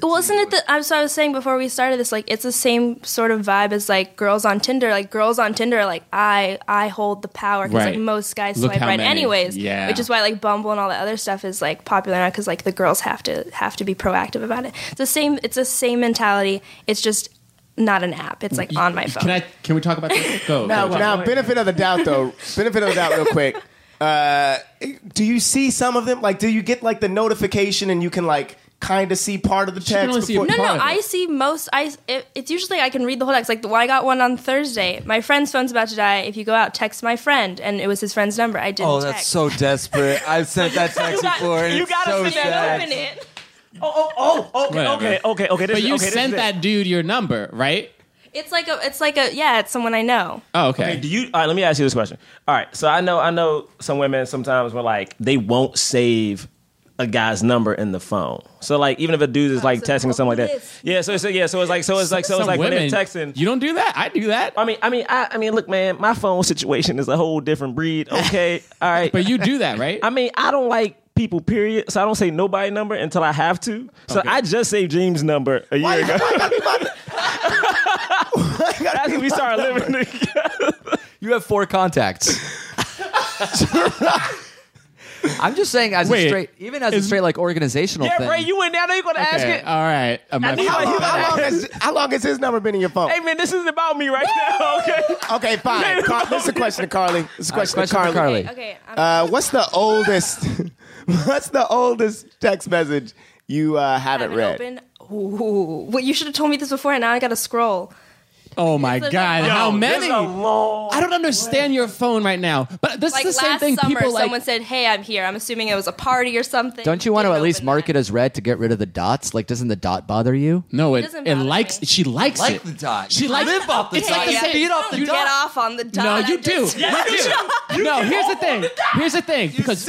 [SPEAKER 13] Well, isn't it? The, I'm so I was saying before we started this. Like, it's the same sort of vibe as like girls on Tinder. Like girls on Tinder, are like I I hold the power because
[SPEAKER 8] Right.
[SPEAKER 13] like most guys
[SPEAKER 8] Look
[SPEAKER 13] swipe
[SPEAKER 8] how
[SPEAKER 13] right
[SPEAKER 8] many.
[SPEAKER 13] anyways.
[SPEAKER 8] Yeah.
[SPEAKER 13] Which is why like Bumble and all that other stuff is like popular now because like the girls have to have to be proactive about it. It's the same. It's the same mentality. It's just not an app. It's like on my phone.
[SPEAKER 8] Can I? Can we talk about this? Go.
[SPEAKER 7] Now,
[SPEAKER 8] go, go.
[SPEAKER 7] now benefit of the doubt though. benefit of the doubt, real quick. Uh, do you see some of them? Like, do you get like the notification and you can like kind of see part of the
[SPEAKER 8] She can
[SPEAKER 7] text
[SPEAKER 8] only see
[SPEAKER 7] before?
[SPEAKER 8] a
[SPEAKER 13] No,
[SPEAKER 8] part
[SPEAKER 13] no,
[SPEAKER 8] of it.
[SPEAKER 13] I see most. I it, it's usually I can read the whole text. Like well, I got one on Thursday. My friend's phone's about to die. If you go out, text my friend, and it was his friend's number. I
[SPEAKER 4] Oh,
[SPEAKER 13] didn't. text.
[SPEAKER 5] Oh, desperate. I've sent that text
[SPEAKER 6] got- before, and you it's gotta so sit down
[SPEAKER 13] Open
[SPEAKER 6] and
[SPEAKER 13] it.
[SPEAKER 6] oh, oh, oh, okay,
[SPEAKER 8] Whatever.
[SPEAKER 6] okay, okay, okay. This
[SPEAKER 8] But
[SPEAKER 6] is-
[SPEAKER 8] you
[SPEAKER 6] okay, this
[SPEAKER 8] sent
[SPEAKER 6] is it.
[SPEAKER 8] that dude your number, right?
[SPEAKER 13] It's like a. It's like a. Yeah, it's someone I know.
[SPEAKER 8] Oh,
[SPEAKER 6] Hey,
[SPEAKER 8] okay.
[SPEAKER 6] do you? All right, let me ask you this question. All right, so I know, I know, some women sometimes were like they won't save a guy's number in the phone. So like, even if a dude is like
[SPEAKER 13] so
[SPEAKER 6] texting or something like that,
[SPEAKER 13] hopeless.
[SPEAKER 6] yeah. So, so yeah, so it's like, so it's like, so it's
[SPEAKER 8] Some
[SPEAKER 6] like when they're
[SPEAKER 8] women,
[SPEAKER 6] texting.
[SPEAKER 8] You don't do that. I do that.
[SPEAKER 6] I mean, I mean, I, I mean, look, man, my phone situation is a whole different breed. Okay, all right,
[SPEAKER 8] But you do that, right?
[SPEAKER 6] I mean, I don't like people. Period. So I don't say nobody number until I have to. So I just saved James' number a year ago. That's when we started living together.
[SPEAKER 4] You have four contacts. I'm just saying, as
[SPEAKER 8] Wait,
[SPEAKER 4] a straight, even as a
[SPEAKER 8] is-
[SPEAKER 4] straight like organizational
[SPEAKER 6] Yeah,
[SPEAKER 4] thing.
[SPEAKER 6] Ray, you went down there. You gonna ask
[SPEAKER 8] okay.
[SPEAKER 6] it?
[SPEAKER 8] All right. Uh, my
[SPEAKER 6] I mean,
[SPEAKER 8] fault.
[SPEAKER 6] like, you
[SPEAKER 7] How
[SPEAKER 6] gonna
[SPEAKER 7] long,
[SPEAKER 6] ask-
[SPEAKER 7] has, how long has his number been in your phone?
[SPEAKER 6] Hey man, this isn't about me right now. Okay.
[SPEAKER 7] Okay, fine. Car- this is a question to Carly. This is a question,
[SPEAKER 4] question to
[SPEAKER 7] to Carly.
[SPEAKER 4] Carly.
[SPEAKER 13] Okay. I'm,
[SPEAKER 7] Uh, what's the oldest? what's the oldest text message you uh,
[SPEAKER 13] I
[SPEAKER 7] haven't
[SPEAKER 13] haven't
[SPEAKER 7] read?
[SPEAKER 13] opened. Ooh, well, you should have told me this before, and now I gotta scroll.
[SPEAKER 8] Oh my
[SPEAKER 13] This is
[SPEAKER 8] god!
[SPEAKER 13] a-
[SPEAKER 8] how
[SPEAKER 13] Yo,
[SPEAKER 6] This
[SPEAKER 8] many?
[SPEAKER 6] is a long.
[SPEAKER 8] I don't understand your phone right now. But this
[SPEAKER 13] Like
[SPEAKER 8] is the same
[SPEAKER 13] last
[SPEAKER 8] thing.
[SPEAKER 13] summer,
[SPEAKER 8] people
[SPEAKER 13] someone
[SPEAKER 8] like.
[SPEAKER 13] said, "Hey, I'm here." I'm assuming it was a party or something.
[SPEAKER 4] Don't you want to
[SPEAKER 13] Didn't
[SPEAKER 4] at least
[SPEAKER 13] open
[SPEAKER 4] mark
[SPEAKER 13] that.
[SPEAKER 4] it as red to get rid of the dots? Like, doesn't the dot bother you?
[SPEAKER 8] no, it,
[SPEAKER 13] doesn't
[SPEAKER 8] it
[SPEAKER 13] bother
[SPEAKER 8] likes.
[SPEAKER 13] me.
[SPEAKER 8] She likes
[SPEAKER 5] Like
[SPEAKER 8] it.
[SPEAKER 5] the dot.
[SPEAKER 8] She
[SPEAKER 5] You
[SPEAKER 8] likes.
[SPEAKER 5] live off the
[SPEAKER 8] it's
[SPEAKER 5] dot.
[SPEAKER 8] Like the
[SPEAKER 5] You
[SPEAKER 8] same,
[SPEAKER 5] feed off
[SPEAKER 13] don't
[SPEAKER 5] the
[SPEAKER 13] get
[SPEAKER 5] dot.
[SPEAKER 13] off on the dot.
[SPEAKER 8] No,
[SPEAKER 13] I
[SPEAKER 8] you do.
[SPEAKER 13] just-
[SPEAKER 8] you do. no, here's the thing. Here's the thing. Because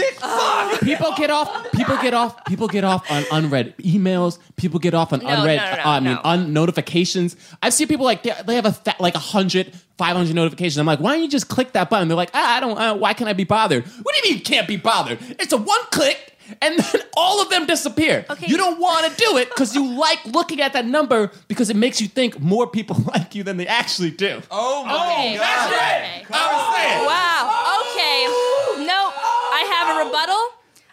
[SPEAKER 8] people get off. People get off. People get off on unread emails. People get off on
[SPEAKER 13] No,
[SPEAKER 8] unread.
[SPEAKER 13] no, no, no,
[SPEAKER 8] uh, I mean,
[SPEAKER 13] no.
[SPEAKER 8] on notifications. I've seen people like they, they have a fa- like 100, 500 notifications. I'm like, why don't you just click that button? They're like, ah, I don't. Uh, why can I be bothered? What do you mean you can't be bothered? It's a one click. And then all of them disappear.
[SPEAKER 13] Okay.
[SPEAKER 8] You don't want to do it because you like looking at that number because it makes you think more people like you than they actually do.
[SPEAKER 5] Oh my
[SPEAKER 13] Okay.
[SPEAKER 5] god.
[SPEAKER 13] Okay.
[SPEAKER 8] I
[SPEAKER 14] Oh,
[SPEAKER 13] Wow.
[SPEAKER 8] was saying.
[SPEAKER 13] Okay. No, I have a rebuttal.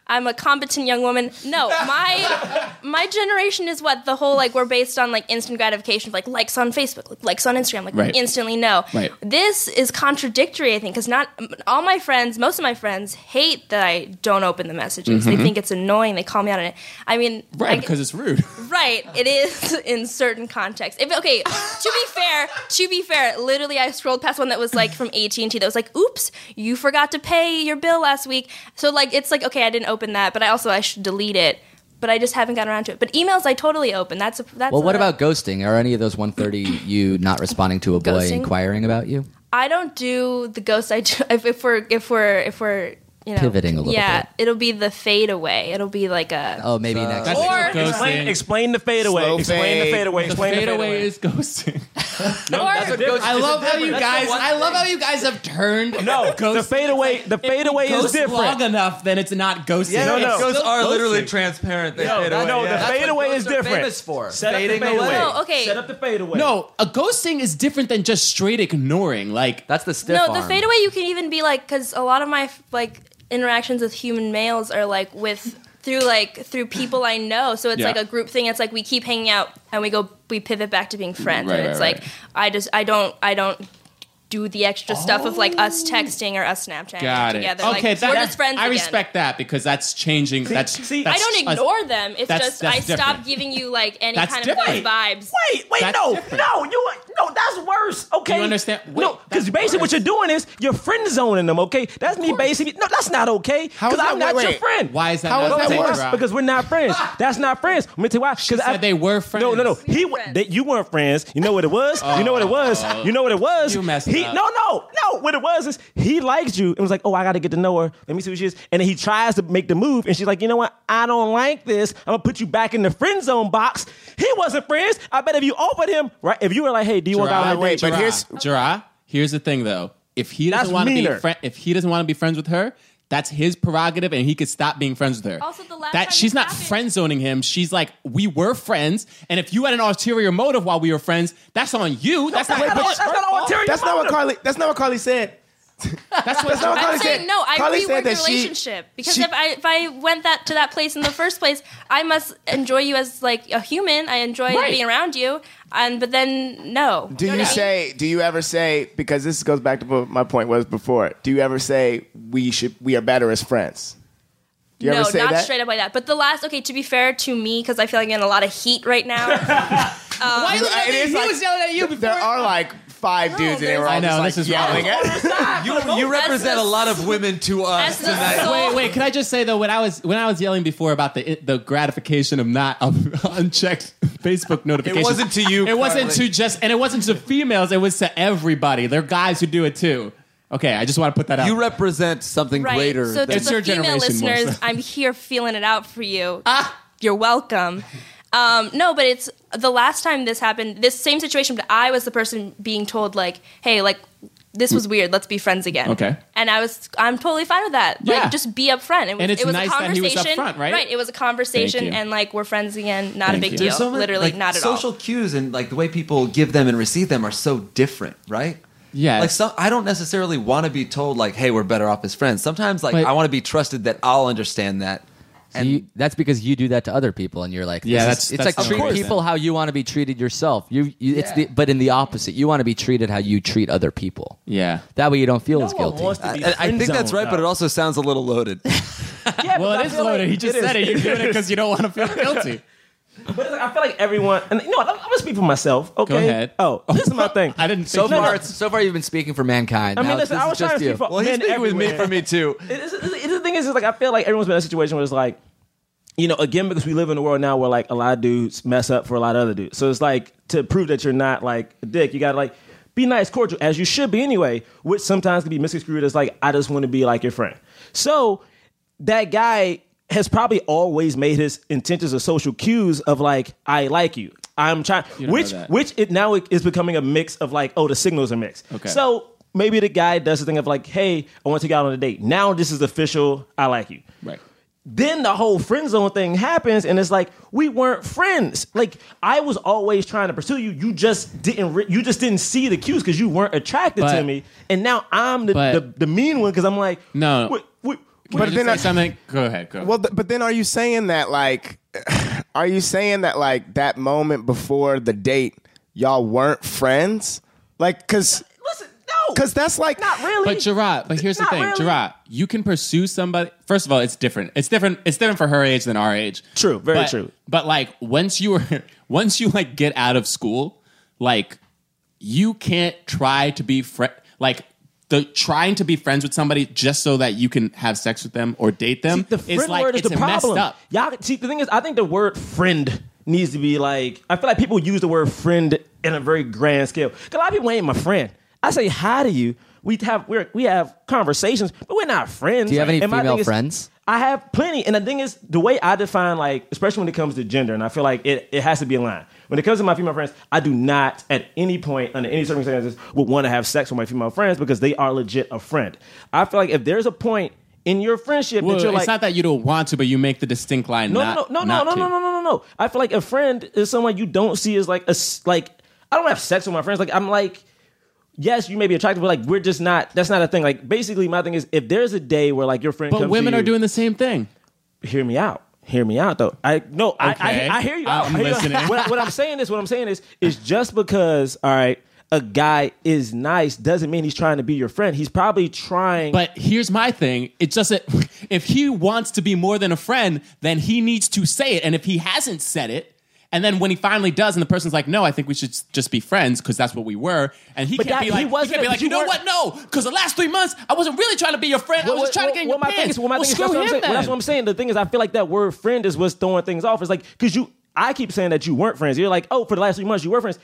[SPEAKER 13] I'm a competent young woman. No, my my generation is what the whole like we're based on like instant gratification, like likes on Facebook, like likes on Instagram, like we
[SPEAKER 8] Right.
[SPEAKER 13] instantly know.
[SPEAKER 8] Right.
[SPEAKER 13] This is contradictory, I think, because not all my friends, most of my friends, hate that I don't open the messages. They think it's annoying. They call me out on it. I mean,
[SPEAKER 8] Mm-hmm. Right,
[SPEAKER 13] I-
[SPEAKER 8] because it's rude.
[SPEAKER 13] Right, it is in certain contexts. If okay, to be fair, to be fair, literally I scrolled past one that was like from AT and T that was like, "Oops, you forgot to pay your bill last week." So like, it's like okay, I didn't open that, but I also I should delete it, but I just haven't gotten around to it. But emails I totally open. That's a, that's.
[SPEAKER 4] Well, what
[SPEAKER 13] a-
[SPEAKER 4] about ghosting? Are any of those 130 you not responding to a boy
[SPEAKER 13] Ghosting?
[SPEAKER 4] inquiring about you?
[SPEAKER 13] I don't do the ghost. I do if, if we're if we're if we're you know,
[SPEAKER 4] Pivoting a little
[SPEAKER 13] yeah, it'll be the fade away. It'll be like a
[SPEAKER 4] Oh, maybe next.
[SPEAKER 13] That's Or-
[SPEAKER 6] Explain- explain, explain the fadeaway.
[SPEAKER 8] Slow
[SPEAKER 6] explain the
[SPEAKER 8] fade.
[SPEAKER 6] fadeaway.
[SPEAKER 8] The
[SPEAKER 6] Explain the
[SPEAKER 8] fadeaway
[SPEAKER 6] fadeaway.
[SPEAKER 8] is ghosting.
[SPEAKER 13] Or-
[SPEAKER 14] I love how you guys. I love how you guys have turned.
[SPEAKER 6] No, the fadeaway. The fadeaway is
[SPEAKER 14] ghost
[SPEAKER 6] different.
[SPEAKER 14] long enough, then it's not ghosting.
[SPEAKER 6] Yeah, no, no.
[SPEAKER 14] It's
[SPEAKER 5] Ghosts
[SPEAKER 14] still
[SPEAKER 5] are literally
[SPEAKER 14] ghosting.
[SPEAKER 5] transparent. They
[SPEAKER 6] No,
[SPEAKER 5] fade
[SPEAKER 6] no,
[SPEAKER 5] away.
[SPEAKER 6] no, the
[SPEAKER 5] That's what
[SPEAKER 6] fadeaway
[SPEAKER 5] ghosts
[SPEAKER 6] is
[SPEAKER 5] are
[SPEAKER 6] different.
[SPEAKER 5] Famous for
[SPEAKER 6] Set up the
[SPEAKER 5] fading
[SPEAKER 6] fadeaway.
[SPEAKER 5] away.
[SPEAKER 13] No, okay.
[SPEAKER 6] Set up the fadeaway.
[SPEAKER 14] No, a ghosting is different than just straight ignoring. Like
[SPEAKER 4] that's the stiff
[SPEAKER 13] no, the fadeaway you can even be like because a lot of my like interactions with human males are like with through like through people I know. So it's
[SPEAKER 14] Yeah.
[SPEAKER 13] like a group thing. It's like we keep hanging out and we go we pivot back to being friends.
[SPEAKER 14] Right,
[SPEAKER 13] and it's
[SPEAKER 14] right,
[SPEAKER 13] like I just I don't I don't do the extra stuff of like us texting or us Snapchatting
[SPEAKER 8] Oh. Got it.
[SPEAKER 13] together.
[SPEAKER 8] Okay,
[SPEAKER 13] like,
[SPEAKER 8] that-
[SPEAKER 13] we're just friends
[SPEAKER 8] I
[SPEAKER 13] again.
[SPEAKER 8] respect that because that's changing. that's
[SPEAKER 13] I
[SPEAKER 8] that's
[SPEAKER 13] don't
[SPEAKER 8] a-
[SPEAKER 13] ignore them. It's
[SPEAKER 8] that's-
[SPEAKER 13] just
[SPEAKER 8] that's
[SPEAKER 13] I
[SPEAKER 8] different.
[SPEAKER 13] stop giving you like any
[SPEAKER 8] That's
[SPEAKER 13] kind of
[SPEAKER 8] different.
[SPEAKER 13] those vibes.
[SPEAKER 6] Wait, wait,
[SPEAKER 8] That's
[SPEAKER 6] no,
[SPEAKER 8] different.
[SPEAKER 6] no, you no, that's worse. Okay,
[SPEAKER 8] You understand?
[SPEAKER 6] no, because basically what you're doing is you're friend zoning them. Okay, that's me basically. No, that's not okay. Because
[SPEAKER 8] is that-
[SPEAKER 6] I'm not
[SPEAKER 8] wait,
[SPEAKER 6] your
[SPEAKER 8] wait.
[SPEAKER 6] friend.
[SPEAKER 8] Why is that
[SPEAKER 6] How
[SPEAKER 8] not
[SPEAKER 6] is that
[SPEAKER 8] okay,
[SPEAKER 6] worse?
[SPEAKER 8] Rob?
[SPEAKER 6] Because we're not friends. that's not friends. Let me tell you why. Because
[SPEAKER 8] said they were friends.
[SPEAKER 6] No, no, no. He wa- they, you weren't friends. You know what it was. you know what it was. You know what it was.
[SPEAKER 8] You messed
[SPEAKER 6] he,
[SPEAKER 8] up.
[SPEAKER 6] No, no, no. What it was is he likes you and was like, oh, I got to get to know her. Let me see who she is. And then he tries to make the move, and she's like, you know what? I don't like this. I'm gonna put you back in the friend zone box. He wasn't friends. I bet if you offered him, right? If you were like, hey, do you want to go out
[SPEAKER 8] Gerard,
[SPEAKER 6] on a date?
[SPEAKER 8] Gerard, Gerard, here's the thing though. If he
[SPEAKER 6] That's
[SPEAKER 8] doesn't want to be
[SPEAKER 6] meaner.
[SPEAKER 8] friend, if he doesn't want to be friends with her, that's his prerogative, and he could stop being friends with her.
[SPEAKER 13] Also, the last time
[SPEAKER 8] that she's
[SPEAKER 13] this
[SPEAKER 8] not
[SPEAKER 13] happened-
[SPEAKER 8] friend zoning him. She's like, we were friends, and if you had an ulterior motive while we were friends, that's on you. That's not.
[SPEAKER 7] Wait, but-
[SPEAKER 8] that's not
[SPEAKER 6] ulterior
[SPEAKER 7] That's not what Carly. That's not what Carly said.
[SPEAKER 8] That's what.
[SPEAKER 7] That's not what Carly
[SPEAKER 13] I'm
[SPEAKER 7] said.
[SPEAKER 13] saying no. I
[SPEAKER 7] Carly
[SPEAKER 13] reworked
[SPEAKER 7] said
[SPEAKER 13] the
[SPEAKER 7] that she-
[SPEAKER 13] relationship because
[SPEAKER 7] she-
[SPEAKER 13] if I if I went that to that place in the first place, I must enjoy you as like a human. I enjoy
[SPEAKER 8] Right.
[SPEAKER 13] being around you, and but then no.
[SPEAKER 7] Do you say? Do you ever say? Because this goes back to what my point was before. Do you ever say we should? We are better as friends. Do you
[SPEAKER 13] no,
[SPEAKER 7] ever say
[SPEAKER 13] not
[SPEAKER 7] that?
[SPEAKER 13] straight up like that. But the last, okay, to be fair to me, because I feel like I'm in a lot of heat right now.
[SPEAKER 14] Why
[SPEAKER 7] You- it is
[SPEAKER 14] he
[SPEAKER 7] like-
[SPEAKER 14] was yelling at you before.
[SPEAKER 7] There are like five dudes, and they were all
[SPEAKER 8] I know,
[SPEAKER 7] just,
[SPEAKER 8] this
[SPEAKER 7] like
[SPEAKER 8] is wrong.
[SPEAKER 7] yelling at.
[SPEAKER 5] You, you represent a lot of women to us
[SPEAKER 13] That's the
[SPEAKER 5] tonight.
[SPEAKER 13] soul.
[SPEAKER 8] Wait, wait. Can I just say though, when I was when I was yelling before about the the gratification of not of unchecked Facebook notifications,
[SPEAKER 5] wasn't to you,
[SPEAKER 8] It wasn't
[SPEAKER 5] Carly.
[SPEAKER 8] to just, and it wasn't to females. It was to everybody. There are guys who do it too. Okay, I just want to put that out.
[SPEAKER 5] You represent something
[SPEAKER 13] right.
[SPEAKER 5] greater.
[SPEAKER 13] so to
[SPEAKER 5] than-
[SPEAKER 8] It's
[SPEAKER 13] the
[SPEAKER 8] your
[SPEAKER 13] female
[SPEAKER 8] generation more
[SPEAKER 13] listeners,
[SPEAKER 8] so.
[SPEAKER 13] I'm here feeling it out for you. You're welcome. Um, no, but it's the last time this happened. This same situation, but I was the person being told like, "Hey, like this was weird. Let's be friends again."
[SPEAKER 8] Okay.
[SPEAKER 13] And I was, I'm totally fine with that.
[SPEAKER 8] Yeah.
[SPEAKER 13] Like, just be upfront. It was,
[SPEAKER 8] And it's
[SPEAKER 13] it was
[SPEAKER 8] nice
[SPEAKER 13] a
[SPEAKER 8] that he
[SPEAKER 13] conversation.
[SPEAKER 8] was upfront, right?
[SPEAKER 13] It was a conversation,
[SPEAKER 8] Thank you.
[SPEAKER 13] and like we're friends again. Not
[SPEAKER 8] Thank
[SPEAKER 13] a big
[SPEAKER 8] you.
[SPEAKER 13] deal.
[SPEAKER 8] There's
[SPEAKER 5] so many,
[SPEAKER 13] Literally
[SPEAKER 5] like,
[SPEAKER 13] not at
[SPEAKER 5] social
[SPEAKER 13] all.
[SPEAKER 5] cues and like the way people give them and receive them are so different, right?
[SPEAKER 8] Yes.
[SPEAKER 5] Like some, I don't necessarily want to be told like, "Hey, we're better off as friends." Sometimes, like,
[SPEAKER 4] But-
[SPEAKER 5] I want to be trusted that I'll understand that.
[SPEAKER 4] And that's because you do that to other people, and you're like,
[SPEAKER 8] Yeah,
[SPEAKER 4] this
[SPEAKER 8] that's-
[SPEAKER 4] is-
[SPEAKER 8] that's
[SPEAKER 4] it's like
[SPEAKER 8] the
[SPEAKER 4] treat
[SPEAKER 8] reason.
[SPEAKER 4] people how you want to be treated yourself. You, you it's the but in the opposite, you want to be treated how you treat other people.
[SPEAKER 8] yeah.
[SPEAKER 4] That way, you don't feel as
[SPEAKER 6] one
[SPEAKER 4] guilty.
[SPEAKER 6] wants to be
[SPEAKER 5] I, I
[SPEAKER 6] friend
[SPEAKER 5] think that's
[SPEAKER 6] zoned,
[SPEAKER 5] right, but it
[SPEAKER 6] though.
[SPEAKER 5] also sounds a little loaded.
[SPEAKER 6] Yeah,
[SPEAKER 8] Well,
[SPEAKER 6] but
[SPEAKER 8] it
[SPEAKER 6] I
[SPEAKER 8] is
[SPEAKER 6] feel like-
[SPEAKER 8] loaded. he just said it. You're doing it because you don't want to feel guilty.
[SPEAKER 6] But it's like, I feel like everyone, and you know, what, I'm, I'm gonna speak for myself. Okay.
[SPEAKER 8] ahead.
[SPEAKER 6] Oh, this is my thing.
[SPEAKER 8] I didn't
[SPEAKER 4] So
[SPEAKER 8] think that.
[SPEAKER 4] far, it's- so far, you've been speaking for mankind.
[SPEAKER 6] I mean,
[SPEAKER 4] Now
[SPEAKER 6] listen,
[SPEAKER 4] this
[SPEAKER 6] I
[SPEAKER 4] is
[SPEAKER 6] was trying
[SPEAKER 4] just
[SPEAKER 6] to
[SPEAKER 4] you.
[SPEAKER 6] speak for
[SPEAKER 5] Well, he's
[SPEAKER 6] men
[SPEAKER 5] speaking with me
[SPEAKER 6] everywhere.
[SPEAKER 5] for me too.
[SPEAKER 6] It is- it is- the thing is, is like I feel like everyone's been in a situation where it's like, you know, again because we live in a world now where like a lot of dudes mess up for a lot of other dudes. So it's like to prove that you're not like a dick, you gotta like be nice, cordial, as you should be anyway. Which sometimes can be misconstrued as like I just want to be like your friend. So that guy has probably always made his intentions of social cues of like I like you. I'm trying,
[SPEAKER 8] don't
[SPEAKER 6] which
[SPEAKER 8] know that.
[SPEAKER 6] which it now is becoming a mix of like oh the signals are mixed.
[SPEAKER 8] Okay.
[SPEAKER 6] So maybe the guy does the thing of like, hey, I want to go out on a date. Now this is official. I like you.
[SPEAKER 8] Right.
[SPEAKER 6] Then the whole friend zone thing happens, and it's like we weren't friends. Like I was always trying to pursue you. You just didn't. Re- you just didn't see the cues because you weren't attracted to
[SPEAKER 8] But-
[SPEAKER 6] me. And now I'm the
[SPEAKER 8] but-
[SPEAKER 6] the, the mean one because I'm like
[SPEAKER 8] No.
[SPEAKER 6] Wait, wait, wait,
[SPEAKER 8] But
[SPEAKER 7] But
[SPEAKER 8] then
[SPEAKER 7] then I-
[SPEAKER 8] something. Go ahead. Go.
[SPEAKER 7] Well, th- but then are you saying that like, are you saying that like that moment before the date, y'all weren't friends? Like, cause,
[SPEAKER 6] listen, no,
[SPEAKER 7] cause that's like
[SPEAKER 6] not really.
[SPEAKER 8] But Gerard, but here's the
[SPEAKER 6] Not
[SPEAKER 8] thing,
[SPEAKER 6] really.
[SPEAKER 8] Gerard. You can pursue somebody. First of all, it's different. It's different. It's different for her age than our age.
[SPEAKER 6] True, very
[SPEAKER 8] But-
[SPEAKER 6] true.
[SPEAKER 8] But like once you were, once you like get out of school, like you can't try to be friend. Like the trying to be friends with somebody just so that you can have sex with them or date them.
[SPEAKER 6] See, the
[SPEAKER 8] is,
[SPEAKER 6] friend
[SPEAKER 8] like,
[SPEAKER 6] word is
[SPEAKER 8] it's
[SPEAKER 6] the problem.
[SPEAKER 8] Messed up.
[SPEAKER 6] Y'all see the thing is, I think the word friend needs to be like. I feel like people use the word friend in a very grand scale. 'Cause A lot of people ain't my friend. I say hi to you, We have we're, we have conversations, but we're not friends.
[SPEAKER 1] Do you have any
[SPEAKER 6] And my
[SPEAKER 1] female
[SPEAKER 6] thing is-
[SPEAKER 1] friends?
[SPEAKER 6] I have plenty, and the thing is, the way I define like, especially when it comes to gender, and I feel like it, it has to be in line. When it comes to my female friends, I do not at any point under any circumstances would want to have sex with my female friends because they are legit a friend. I feel like if there's a point in your friendship
[SPEAKER 8] Well,
[SPEAKER 6] that
[SPEAKER 8] it's
[SPEAKER 6] you're like,
[SPEAKER 8] not that you don't want to, but you make the distinct line.
[SPEAKER 6] no,
[SPEAKER 8] not,
[SPEAKER 6] no, no, no,
[SPEAKER 8] not
[SPEAKER 6] no,
[SPEAKER 8] to.
[SPEAKER 6] no, no, no, no, no. I feel like a friend is someone you don't see as like a s- like. I don't have sex with my friends. Like I'm like, yes, you may be attractive, but like we're just not. That's not a thing. Like basically, my thing is if there's a day where like your friend,
[SPEAKER 8] But
[SPEAKER 6] comes
[SPEAKER 8] women
[SPEAKER 6] to
[SPEAKER 8] are
[SPEAKER 6] you,
[SPEAKER 8] doing the same thing.
[SPEAKER 6] Hear me out. Hear me out, though. I no, I,
[SPEAKER 8] Okay.
[SPEAKER 6] I, I hear you. out.
[SPEAKER 8] I'm
[SPEAKER 6] I hear you out.
[SPEAKER 8] listening.
[SPEAKER 6] What, I- what I'm saying is, what I'm saying is, is just because all right, a guy is nice doesn't mean he's trying to be your friend. He's probably trying.
[SPEAKER 8] But here's my thing. It's just that if he wants to be more than a friend, then he needs to say it. And if he hasn't said it, and then when he finally does, and the person's like, "No, I think we should just be friends because that's what we were," and he
[SPEAKER 6] But
[SPEAKER 8] can't
[SPEAKER 6] that-
[SPEAKER 8] be like,
[SPEAKER 6] he wasn't-
[SPEAKER 8] can't be like,
[SPEAKER 6] but
[SPEAKER 8] you,
[SPEAKER 6] you
[SPEAKER 8] know
[SPEAKER 6] weren't-
[SPEAKER 8] what? No, because the last three months I wasn't really trying to be your friend. I was just trying to get in your
[SPEAKER 6] what my thing
[SPEAKER 8] pants.
[SPEAKER 6] is, what my
[SPEAKER 8] Well,
[SPEAKER 6] thing is,
[SPEAKER 8] screw
[SPEAKER 6] that's what,
[SPEAKER 8] him
[SPEAKER 6] I'm saying.
[SPEAKER 8] then.
[SPEAKER 6] that's what I'm saying. The thing is, I feel like that word "friend" is what's throwing things off. It's like because you, I keep saying that you weren't friends. You're like, oh, for the last three months you were friends.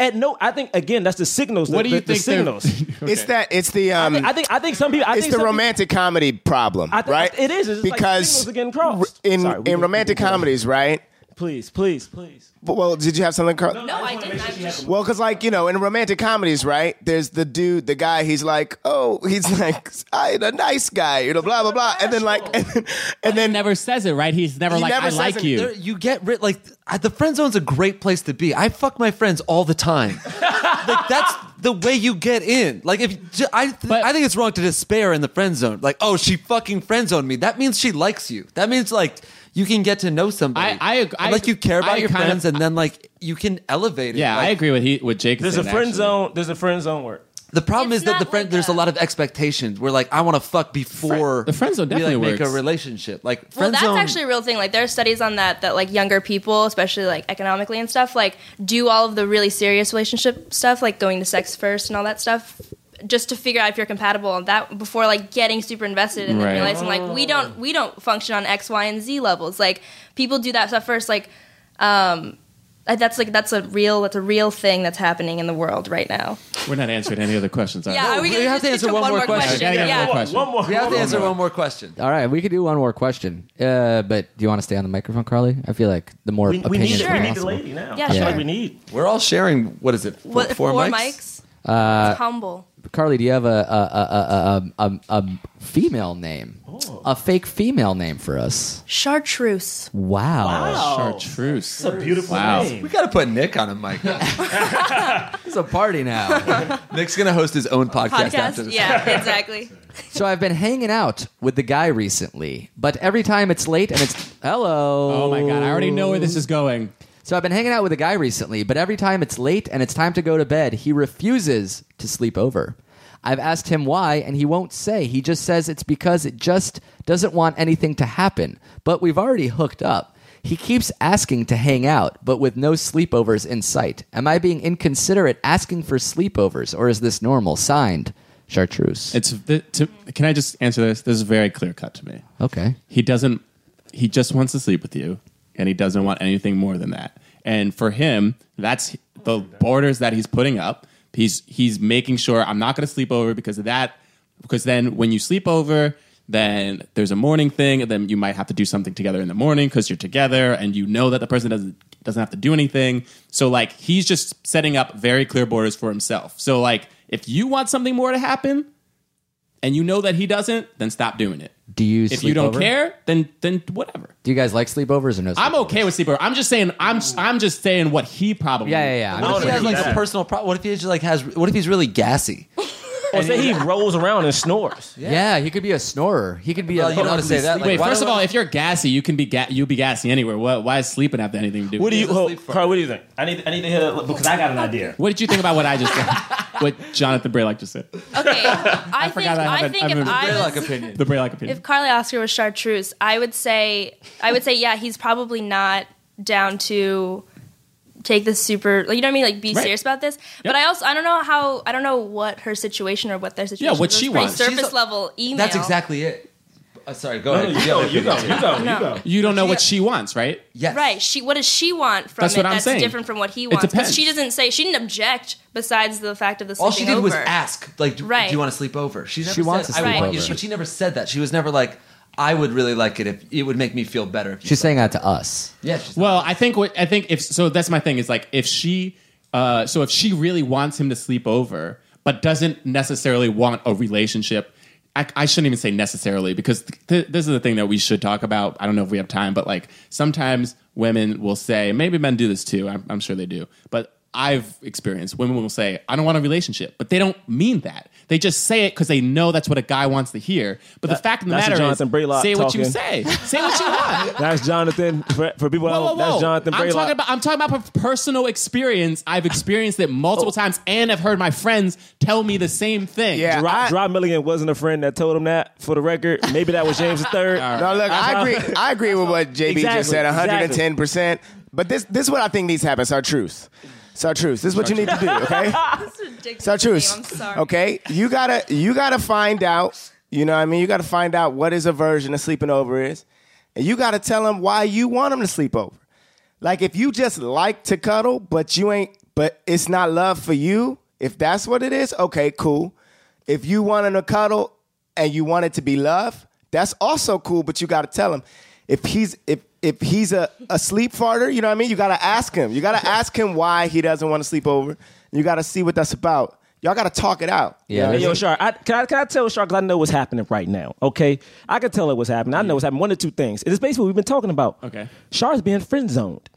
[SPEAKER 6] And no, I think again that's the signals. the-
[SPEAKER 8] What do you
[SPEAKER 6] the- the
[SPEAKER 8] think they're-
[SPEAKER 6] signals?
[SPEAKER 7] It's that. It's the. Um,
[SPEAKER 6] I think. I think some people. I
[SPEAKER 7] it's
[SPEAKER 6] think
[SPEAKER 7] the
[SPEAKER 6] some people-
[SPEAKER 7] romantic comedy problem,
[SPEAKER 6] I think
[SPEAKER 7] right?
[SPEAKER 6] It is. It's just like
[SPEAKER 7] because
[SPEAKER 6] signals are getting crossed.
[SPEAKER 7] in
[SPEAKER 6] Sorry, we
[SPEAKER 7] in
[SPEAKER 6] can-
[SPEAKER 7] romantic
[SPEAKER 6] we can-
[SPEAKER 7] comedies, right?
[SPEAKER 6] Please, please, please.
[SPEAKER 7] But, well, did you have something, Carl?
[SPEAKER 13] No, Oh, I didn't. I just-
[SPEAKER 7] Well, because like you know, in romantic comedies, right? There's the dude, the guy. He's like, oh, he's like, I'm a nice guy, you know, blah blah blah. And then like, and then, and then
[SPEAKER 8] never says it, right? He's never
[SPEAKER 7] He
[SPEAKER 8] like,
[SPEAKER 7] never
[SPEAKER 8] "I
[SPEAKER 7] says
[SPEAKER 8] like
[SPEAKER 7] it.
[SPEAKER 8] you."
[SPEAKER 4] There- you get rid like I- the friend zone's a great place to be. I fuck my friends all the time. like that's the way you get in. Like if j- I, th- I think it's wrong to despair in the friend zone. Like oh she fucking friend zoned me. That means she likes you. That means like you can get to know somebody.
[SPEAKER 8] I- I ag-
[SPEAKER 4] And, like
[SPEAKER 8] I-
[SPEAKER 4] you care about
[SPEAKER 8] I
[SPEAKER 4] your
[SPEAKER 8] kind of-
[SPEAKER 4] friends and then like you can elevate it.
[SPEAKER 8] yeah,
[SPEAKER 4] Like,
[SPEAKER 8] I agree with he with Jake.
[SPEAKER 6] There's a
[SPEAKER 8] said,
[SPEAKER 6] friend
[SPEAKER 8] actually.
[SPEAKER 6] zone. There's a friend zone work.
[SPEAKER 4] The problem is that the friend there's a lot of expectations. We're like I want to fuck before
[SPEAKER 8] The friend zone
[SPEAKER 4] we, like,
[SPEAKER 8] definitely
[SPEAKER 4] make
[SPEAKER 8] works.
[SPEAKER 4] a relationship. Like friend
[SPEAKER 13] Well, that's
[SPEAKER 4] zone,
[SPEAKER 13] actually a real thing. Like, there are studies on that that like younger people, especially like economically and stuff, like do all of the really serious relationship stuff, like going to sex first and all that stuff, just to figure out if you're compatible and that before like getting super invested and then
[SPEAKER 8] Right.
[SPEAKER 13] realizing like we don't we don't function on X, Y, and Z levels. Like people do that stuff first. Like, um, uh, that's like that's a real that's a real thing that's happening in the world right now.
[SPEAKER 8] We're not answering any other questions. are
[SPEAKER 13] Yeah,
[SPEAKER 8] we?
[SPEAKER 13] are we
[SPEAKER 4] we
[SPEAKER 13] gonna
[SPEAKER 4] Uh,
[SPEAKER 13] just
[SPEAKER 4] have to
[SPEAKER 13] get
[SPEAKER 4] answer one more question.
[SPEAKER 8] Yeah, yeah,
[SPEAKER 13] Yeah.
[SPEAKER 8] one question.
[SPEAKER 6] One more.
[SPEAKER 4] we have
[SPEAKER 6] one
[SPEAKER 4] to
[SPEAKER 6] more.
[SPEAKER 4] answer one more question.
[SPEAKER 1] All right, we could do one more question. Uh, but do you want to stay on the microphone, Carly? I feel like the more
[SPEAKER 6] We, we
[SPEAKER 1] opinions
[SPEAKER 6] need. it. We need the
[SPEAKER 1] possible.
[SPEAKER 6] lady now.
[SPEAKER 13] Yeah,
[SPEAKER 6] That's
[SPEAKER 13] sure.
[SPEAKER 6] what we need.
[SPEAKER 4] We're all sharing what is it? Four,
[SPEAKER 13] What,
[SPEAKER 4] four mics? Uh,
[SPEAKER 13] it's humble.
[SPEAKER 1] Carly, do you have a a a a, a, a, a female name,
[SPEAKER 8] Oh.
[SPEAKER 1] a fake female name for us?
[SPEAKER 13] Chartreuse.
[SPEAKER 1] Wow,
[SPEAKER 8] Chartreuse.
[SPEAKER 6] It's a beautiful
[SPEAKER 8] Wow.
[SPEAKER 6] name.
[SPEAKER 4] We got to put Nick on a mic.
[SPEAKER 1] it's a party now.
[SPEAKER 4] Nick's going to host his own podcast, after
[SPEAKER 13] Podcast.
[SPEAKER 4] this.
[SPEAKER 13] Yeah, exactly.
[SPEAKER 1] so I've been hanging out with the guy recently, but every time it's late and it's hello.
[SPEAKER 8] Oh my god, I already know where this is going.
[SPEAKER 1] So I've been hanging out with a guy recently, but every time it's late and it's time to go to bed, he refuses to sleep over. I've asked him why, and he won't say. He just says it's because it just doesn't want anything to happen. But we've already hooked up. He keeps asking to hang out, but with no sleepovers in sight. Am I being inconsiderate asking for sleepovers, or is this normal? Signed, Chartreuse.
[SPEAKER 8] It's the, to, can I just answer this? This is very clear cut to me.
[SPEAKER 1] okay.
[SPEAKER 8] He doesn't. He just wants to sleep with you, and he doesn't want anything more than that. And for him, that's the borders that he's putting up. He's he's making sure I'm not going to sleep over because of that. Because then when you sleep over, then there's a morning thing, and then you might have to do something together in the morning because you're together, and you know that the person doesn't doesn't have to do anything. So like he's just setting up very clear borders for himself. So like if you want something more to happen, and you know that he doesn't, then stop doing it
[SPEAKER 1] Do you?
[SPEAKER 8] if you don't
[SPEAKER 1] sleepover?
[SPEAKER 8] care, then then whatever.
[SPEAKER 1] do you guys like sleepovers or no?
[SPEAKER 8] I'm okay with sleepover. I'm just saying. I'm I'm just saying what he probably.
[SPEAKER 1] Yeah, yeah, yeah. I'm
[SPEAKER 4] What
[SPEAKER 1] just-
[SPEAKER 4] if he has like a
[SPEAKER 6] Yeah.
[SPEAKER 4] personal problem? What if he just like has? What if he's really gassy?
[SPEAKER 6] Or say he rolls around and snores.
[SPEAKER 1] yeah. he could be a snorer. He could be
[SPEAKER 4] Well,
[SPEAKER 1] a.
[SPEAKER 4] you don't want to say that. Like,
[SPEAKER 8] Wait,
[SPEAKER 4] why
[SPEAKER 8] first
[SPEAKER 4] do
[SPEAKER 8] of
[SPEAKER 4] I-
[SPEAKER 8] all, if you're gassy, you can be ga- you be gassy anywhere. What, why does sleeping have anything to do?
[SPEAKER 6] What
[SPEAKER 8] with
[SPEAKER 6] do you,
[SPEAKER 8] it?
[SPEAKER 6] oh, Carl? What do you think? I need, I need to hear that because I got an idea.
[SPEAKER 8] What did you think about what I just said? what Jonathan Braylock just said?
[SPEAKER 13] Okay, I, think
[SPEAKER 8] forgot I
[SPEAKER 13] I,
[SPEAKER 8] haven't-
[SPEAKER 13] think
[SPEAKER 8] I
[SPEAKER 13] if
[SPEAKER 8] haven't-
[SPEAKER 13] I
[SPEAKER 4] Braylock
[SPEAKER 13] was,
[SPEAKER 4] opinion.
[SPEAKER 8] The Braylock opinion.
[SPEAKER 13] if Carly Oscar was chartreuse, I would say I would say yeah, he's probably not down to take this super like you know what I mean like be
[SPEAKER 8] Right.
[SPEAKER 13] serious about this. But I also I don't know how I don't know what her situation or what their situation
[SPEAKER 8] Yeah, what
[SPEAKER 13] is. It was
[SPEAKER 8] she
[SPEAKER 13] pretty
[SPEAKER 8] wants.
[SPEAKER 13] Surface
[SPEAKER 4] She's a-
[SPEAKER 13] level email.
[SPEAKER 4] That's exactly it.
[SPEAKER 15] Uh, sorry, go
[SPEAKER 14] No,
[SPEAKER 15] ahead.
[SPEAKER 14] no, you
[SPEAKER 6] Oh,
[SPEAKER 14] go, you go, you go, you
[SPEAKER 13] No. go.
[SPEAKER 8] You don't know what she wants, right?
[SPEAKER 15] Yes.
[SPEAKER 13] Right. She. What does she want from
[SPEAKER 8] That's
[SPEAKER 13] it?
[SPEAKER 8] what I'm
[SPEAKER 13] that's
[SPEAKER 8] saying.
[SPEAKER 13] different from what he
[SPEAKER 8] It
[SPEAKER 13] wants. 'Cause
[SPEAKER 8] depends.
[SPEAKER 13] She doesn't say. She didn't object. Besides the fact of the sleeping
[SPEAKER 15] All she did was
[SPEAKER 13] over.
[SPEAKER 15] ask, like, do,
[SPEAKER 13] Right.
[SPEAKER 15] do you want to sleep over? She never
[SPEAKER 4] She
[SPEAKER 15] said,
[SPEAKER 4] wants to
[SPEAKER 15] I
[SPEAKER 4] sleep
[SPEAKER 15] want you
[SPEAKER 4] over.
[SPEAKER 15] but she never said that. She was never like, I would really like it if it would make me feel better. If you
[SPEAKER 4] She's saying that to us.
[SPEAKER 15] Yeah.
[SPEAKER 8] Well, I think what I think if so, that's my thing. Is like if she, uh, so if she really wants him to sleep over, but doesn't necessarily want a relationship. I, I shouldn't even say necessarily because th- th- this is the thing that we should talk about. I don't know if we have time, but like sometimes women will say, maybe men do this too. I'm, I'm sure they do, but I've experienced women will say, I don't want a relationship, but they don't mean that. They just say it because they know that's what a guy wants to hear. But the
[SPEAKER 6] That-
[SPEAKER 8] fact of the
[SPEAKER 6] that's a
[SPEAKER 8] matter is,
[SPEAKER 6] Jonathan Braylock
[SPEAKER 8] say what you
[SPEAKER 6] talking.
[SPEAKER 8] say. Say what you want.
[SPEAKER 6] That's Jonathan. For, for people,
[SPEAKER 8] Whoa,
[SPEAKER 6] out,
[SPEAKER 8] whoa, whoa.
[SPEAKER 6] that's Jonathan.
[SPEAKER 8] I'm
[SPEAKER 6] Braylock.
[SPEAKER 8] talking about I'm talking about per- personal experience. I've experienced it multiple
[SPEAKER 6] Oh.
[SPEAKER 8] times, and I've heard my friends tell me the same thing.
[SPEAKER 6] Gerard, Gerard Milligan wasn't a friend that told him that. For the record, maybe that was James III.
[SPEAKER 7] No, look, I agree. I agree with what JB
[SPEAKER 6] Exactly,
[SPEAKER 7] just said, one hundred and ten
[SPEAKER 6] exactly.
[SPEAKER 7] percent. But this, this is what I think needs to happen. It's our truth. It's our truth. This is what you need to do. Okay.
[SPEAKER 13] This is ridiculous.
[SPEAKER 7] It's our truth.
[SPEAKER 13] name, I'm sorry.
[SPEAKER 7] Okay, you gotta you gotta find out. You know what I mean? You gotta find out what his aversion to sleeping over is, and you gotta tell him why you want him to sleep over. Like if you just like to cuddle, but you ain't, but it's not love for you. If that's what it is, okay, cool. If you want him to cuddle and you want it to be love, that's also cool. But you gotta tell him if he's if if he's a, a sleep farter, you know what I mean? You gotta ask him. You gotta ask him why he doesn't want to sleep over. You gotta see what that's about. Y'all gotta talk it out. You know what I
[SPEAKER 6] Hey, yo,
[SPEAKER 7] mean?
[SPEAKER 6] Shark, I, can, I, can I tell Shark? 'cause I know what's happening right now, okay? I can tell her what's happening. I know what's happening. One of two things. It's basically what we've been talking about.
[SPEAKER 8] Okay.
[SPEAKER 6] Shark's being friend zoned.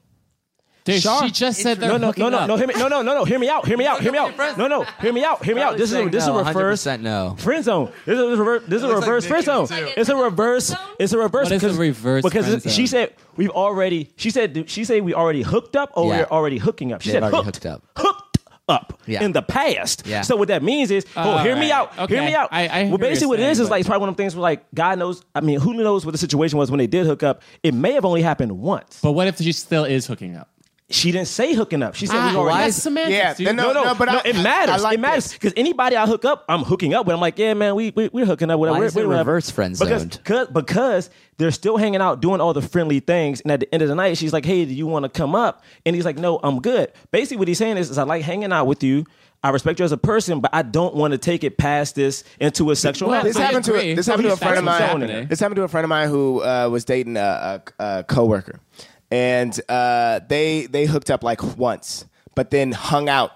[SPEAKER 8] Dude, she just said they're
[SPEAKER 6] no, no,
[SPEAKER 8] hooking
[SPEAKER 6] no, no,
[SPEAKER 8] up.
[SPEAKER 6] no, hear me, no, no, no, no, hear me out, hear me out, hear me out, no, no, hear me out, hear me out. This is
[SPEAKER 4] Probably
[SPEAKER 6] this is
[SPEAKER 4] saying no,
[SPEAKER 6] reverse
[SPEAKER 4] 100% no.
[SPEAKER 6] friend zone. This is a reverse. This is a
[SPEAKER 4] looks like
[SPEAKER 6] reverse
[SPEAKER 4] Nick
[SPEAKER 6] friend zone.
[SPEAKER 4] is too.
[SPEAKER 6] It's a reverse. It's a reverse.
[SPEAKER 4] What is a
[SPEAKER 6] because-
[SPEAKER 4] reverse
[SPEAKER 6] Because
[SPEAKER 4] friend
[SPEAKER 6] it- she
[SPEAKER 4] zone?
[SPEAKER 6] said we've already. She said she said we already hooked up or
[SPEAKER 4] Yeah.
[SPEAKER 6] we're already hooking up. She
[SPEAKER 4] They've
[SPEAKER 6] said
[SPEAKER 4] already
[SPEAKER 6] hooked
[SPEAKER 4] hooked up.
[SPEAKER 6] hooked up
[SPEAKER 4] Yeah.
[SPEAKER 6] in the past.
[SPEAKER 4] Yeah.
[SPEAKER 6] So what that means is, oh,
[SPEAKER 4] All
[SPEAKER 6] hear
[SPEAKER 4] right.
[SPEAKER 6] me out, hear
[SPEAKER 4] Okay.
[SPEAKER 6] me out.
[SPEAKER 4] I- I hear
[SPEAKER 6] well,
[SPEAKER 4] what you're
[SPEAKER 6] basically, what it is
[SPEAKER 4] saying,
[SPEAKER 6] is like it's probably one of the things where like God knows. I mean, who knows what the situation was when they did hook up? It may have only happened once.
[SPEAKER 8] But what if she still is hooking up?
[SPEAKER 6] She didn't say hooking up. She said
[SPEAKER 8] Ah,
[SPEAKER 6] we already.
[SPEAKER 8] why That's is- semantics,
[SPEAKER 7] Yeah, dude. no,
[SPEAKER 6] no,
[SPEAKER 7] no, but I-
[SPEAKER 6] it
[SPEAKER 7] I-
[SPEAKER 6] matters.
[SPEAKER 7] I like
[SPEAKER 6] it matters because anybody I hook up, I'm hooking up with. I'm like, yeah, man, we we we're hooking up. Whatever.
[SPEAKER 4] Why
[SPEAKER 6] we're,
[SPEAKER 4] is it
[SPEAKER 6] we're-
[SPEAKER 4] reverse friend
[SPEAKER 6] because,
[SPEAKER 4] zoned?
[SPEAKER 6] 'cause- because they're still hanging out doing all the friendly things, and at the end of the night, she's like, hey, do you want to come up? And he's like, no, I'm good. Basically, what he's saying is, is I like hanging out with you. I respect you as a person, but I don't want to take it past this into a sexual.
[SPEAKER 8] Well,
[SPEAKER 7] This
[SPEAKER 8] I
[SPEAKER 7] happened to
[SPEAKER 8] agree.
[SPEAKER 7] a, this happened to a
[SPEAKER 8] That's
[SPEAKER 7] friend of
[SPEAKER 8] what's
[SPEAKER 7] mine.
[SPEAKER 8] happening.
[SPEAKER 7] This happened to a friend of mine who uh, was dating a, a, a coworker, and uh, they they hooked up like once, but then hung out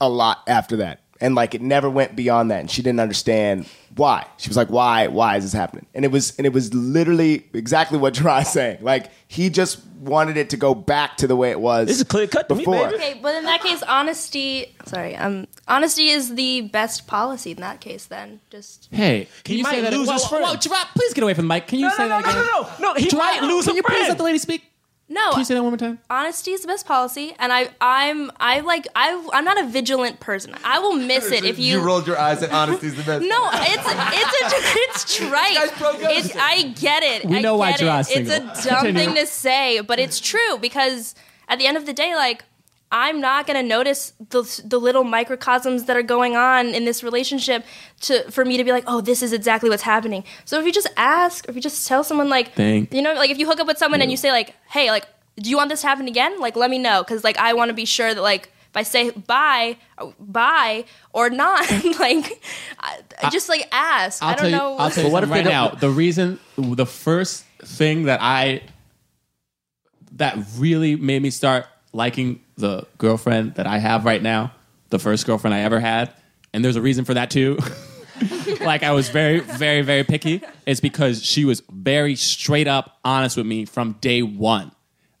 [SPEAKER 7] a lot after that, and like it never went beyond that. And she didn't understand why. She was like, "Why? Why is this happening?" And it was and it was literally exactly what Dry saying. Like he just wanted it to go back to the way it was.
[SPEAKER 6] This is clear cut to me,
[SPEAKER 7] before.
[SPEAKER 6] baby.
[SPEAKER 13] Okay, but in that case, honesty. Sorry, um, honesty is the best policy. In that case, then just
[SPEAKER 8] Hey, can
[SPEAKER 6] He
[SPEAKER 8] you
[SPEAKER 6] might
[SPEAKER 8] say that?
[SPEAKER 6] lose
[SPEAKER 8] whoa,
[SPEAKER 6] his
[SPEAKER 8] whoa,
[SPEAKER 6] friend.
[SPEAKER 8] whoa, Gerard, please get away from the mic. Can you
[SPEAKER 6] No,
[SPEAKER 8] say
[SPEAKER 6] no,
[SPEAKER 8] that
[SPEAKER 6] no,
[SPEAKER 8] again?
[SPEAKER 6] no, no, no. He
[SPEAKER 8] Gerard,
[SPEAKER 6] might lose
[SPEAKER 8] Can
[SPEAKER 6] a
[SPEAKER 8] you please
[SPEAKER 6] friend.
[SPEAKER 8] let the lady speak?
[SPEAKER 13] no.
[SPEAKER 8] Can you say that one more time?
[SPEAKER 13] honesty is the best policy, and I, I'm, I like, I, I'm not a vigilant person. I will miss it if you.
[SPEAKER 15] rolled your eyes at honesty's the best.
[SPEAKER 13] no, it's it's a, it's trite. It's I get it.
[SPEAKER 8] We
[SPEAKER 13] I
[SPEAKER 8] know why
[SPEAKER 13] get
[SPEAKER 8] Gerard's
[SPEAKER 13] it. It's a
[SPEAKER 8] single.
[SPEAKER 13] dumb
[SPEAKER 8] Continue.
[SPEAKER 13] thing to say, but it's true because at the end of the day, like I'm not gonna notice the the little microcosms that are going on in this relationship to for me to be like, oh, this is exactly what's happening. So if you just ask, if you just tell someone like,
[SPEAKER 8] Thank
[SPEAKER 13] you know, like if you hook up with someone and you say like, hey, like, do you want this to happen again? Like, let me know because like I want to be sure that like. If I say bye, uh, bye or not, like I, just like ask. I
[SPEAKER 8] I'll
[SPEAKER 13] don't
[SPEAKER 8] tell you.
[SPEAKER 13] know.
[SPEAKER 8] I'll tell you
[SPEAKER 15] But what
[SPEAKER 8] something
[SPEAKER 15] if
[SPEAKER 8] right
[SPEAKER 15] they
[SPEAKER 8] now.
[SPEAKER 15] don't-
[SPEAKER 8] The reason, the first thing that I that really made me start liking the girlfriend that I have right now, the first girlfriend I ever had, and there's a reason for that too. like I was very, very, very picky. It's because she was very straight up honest with me from day one.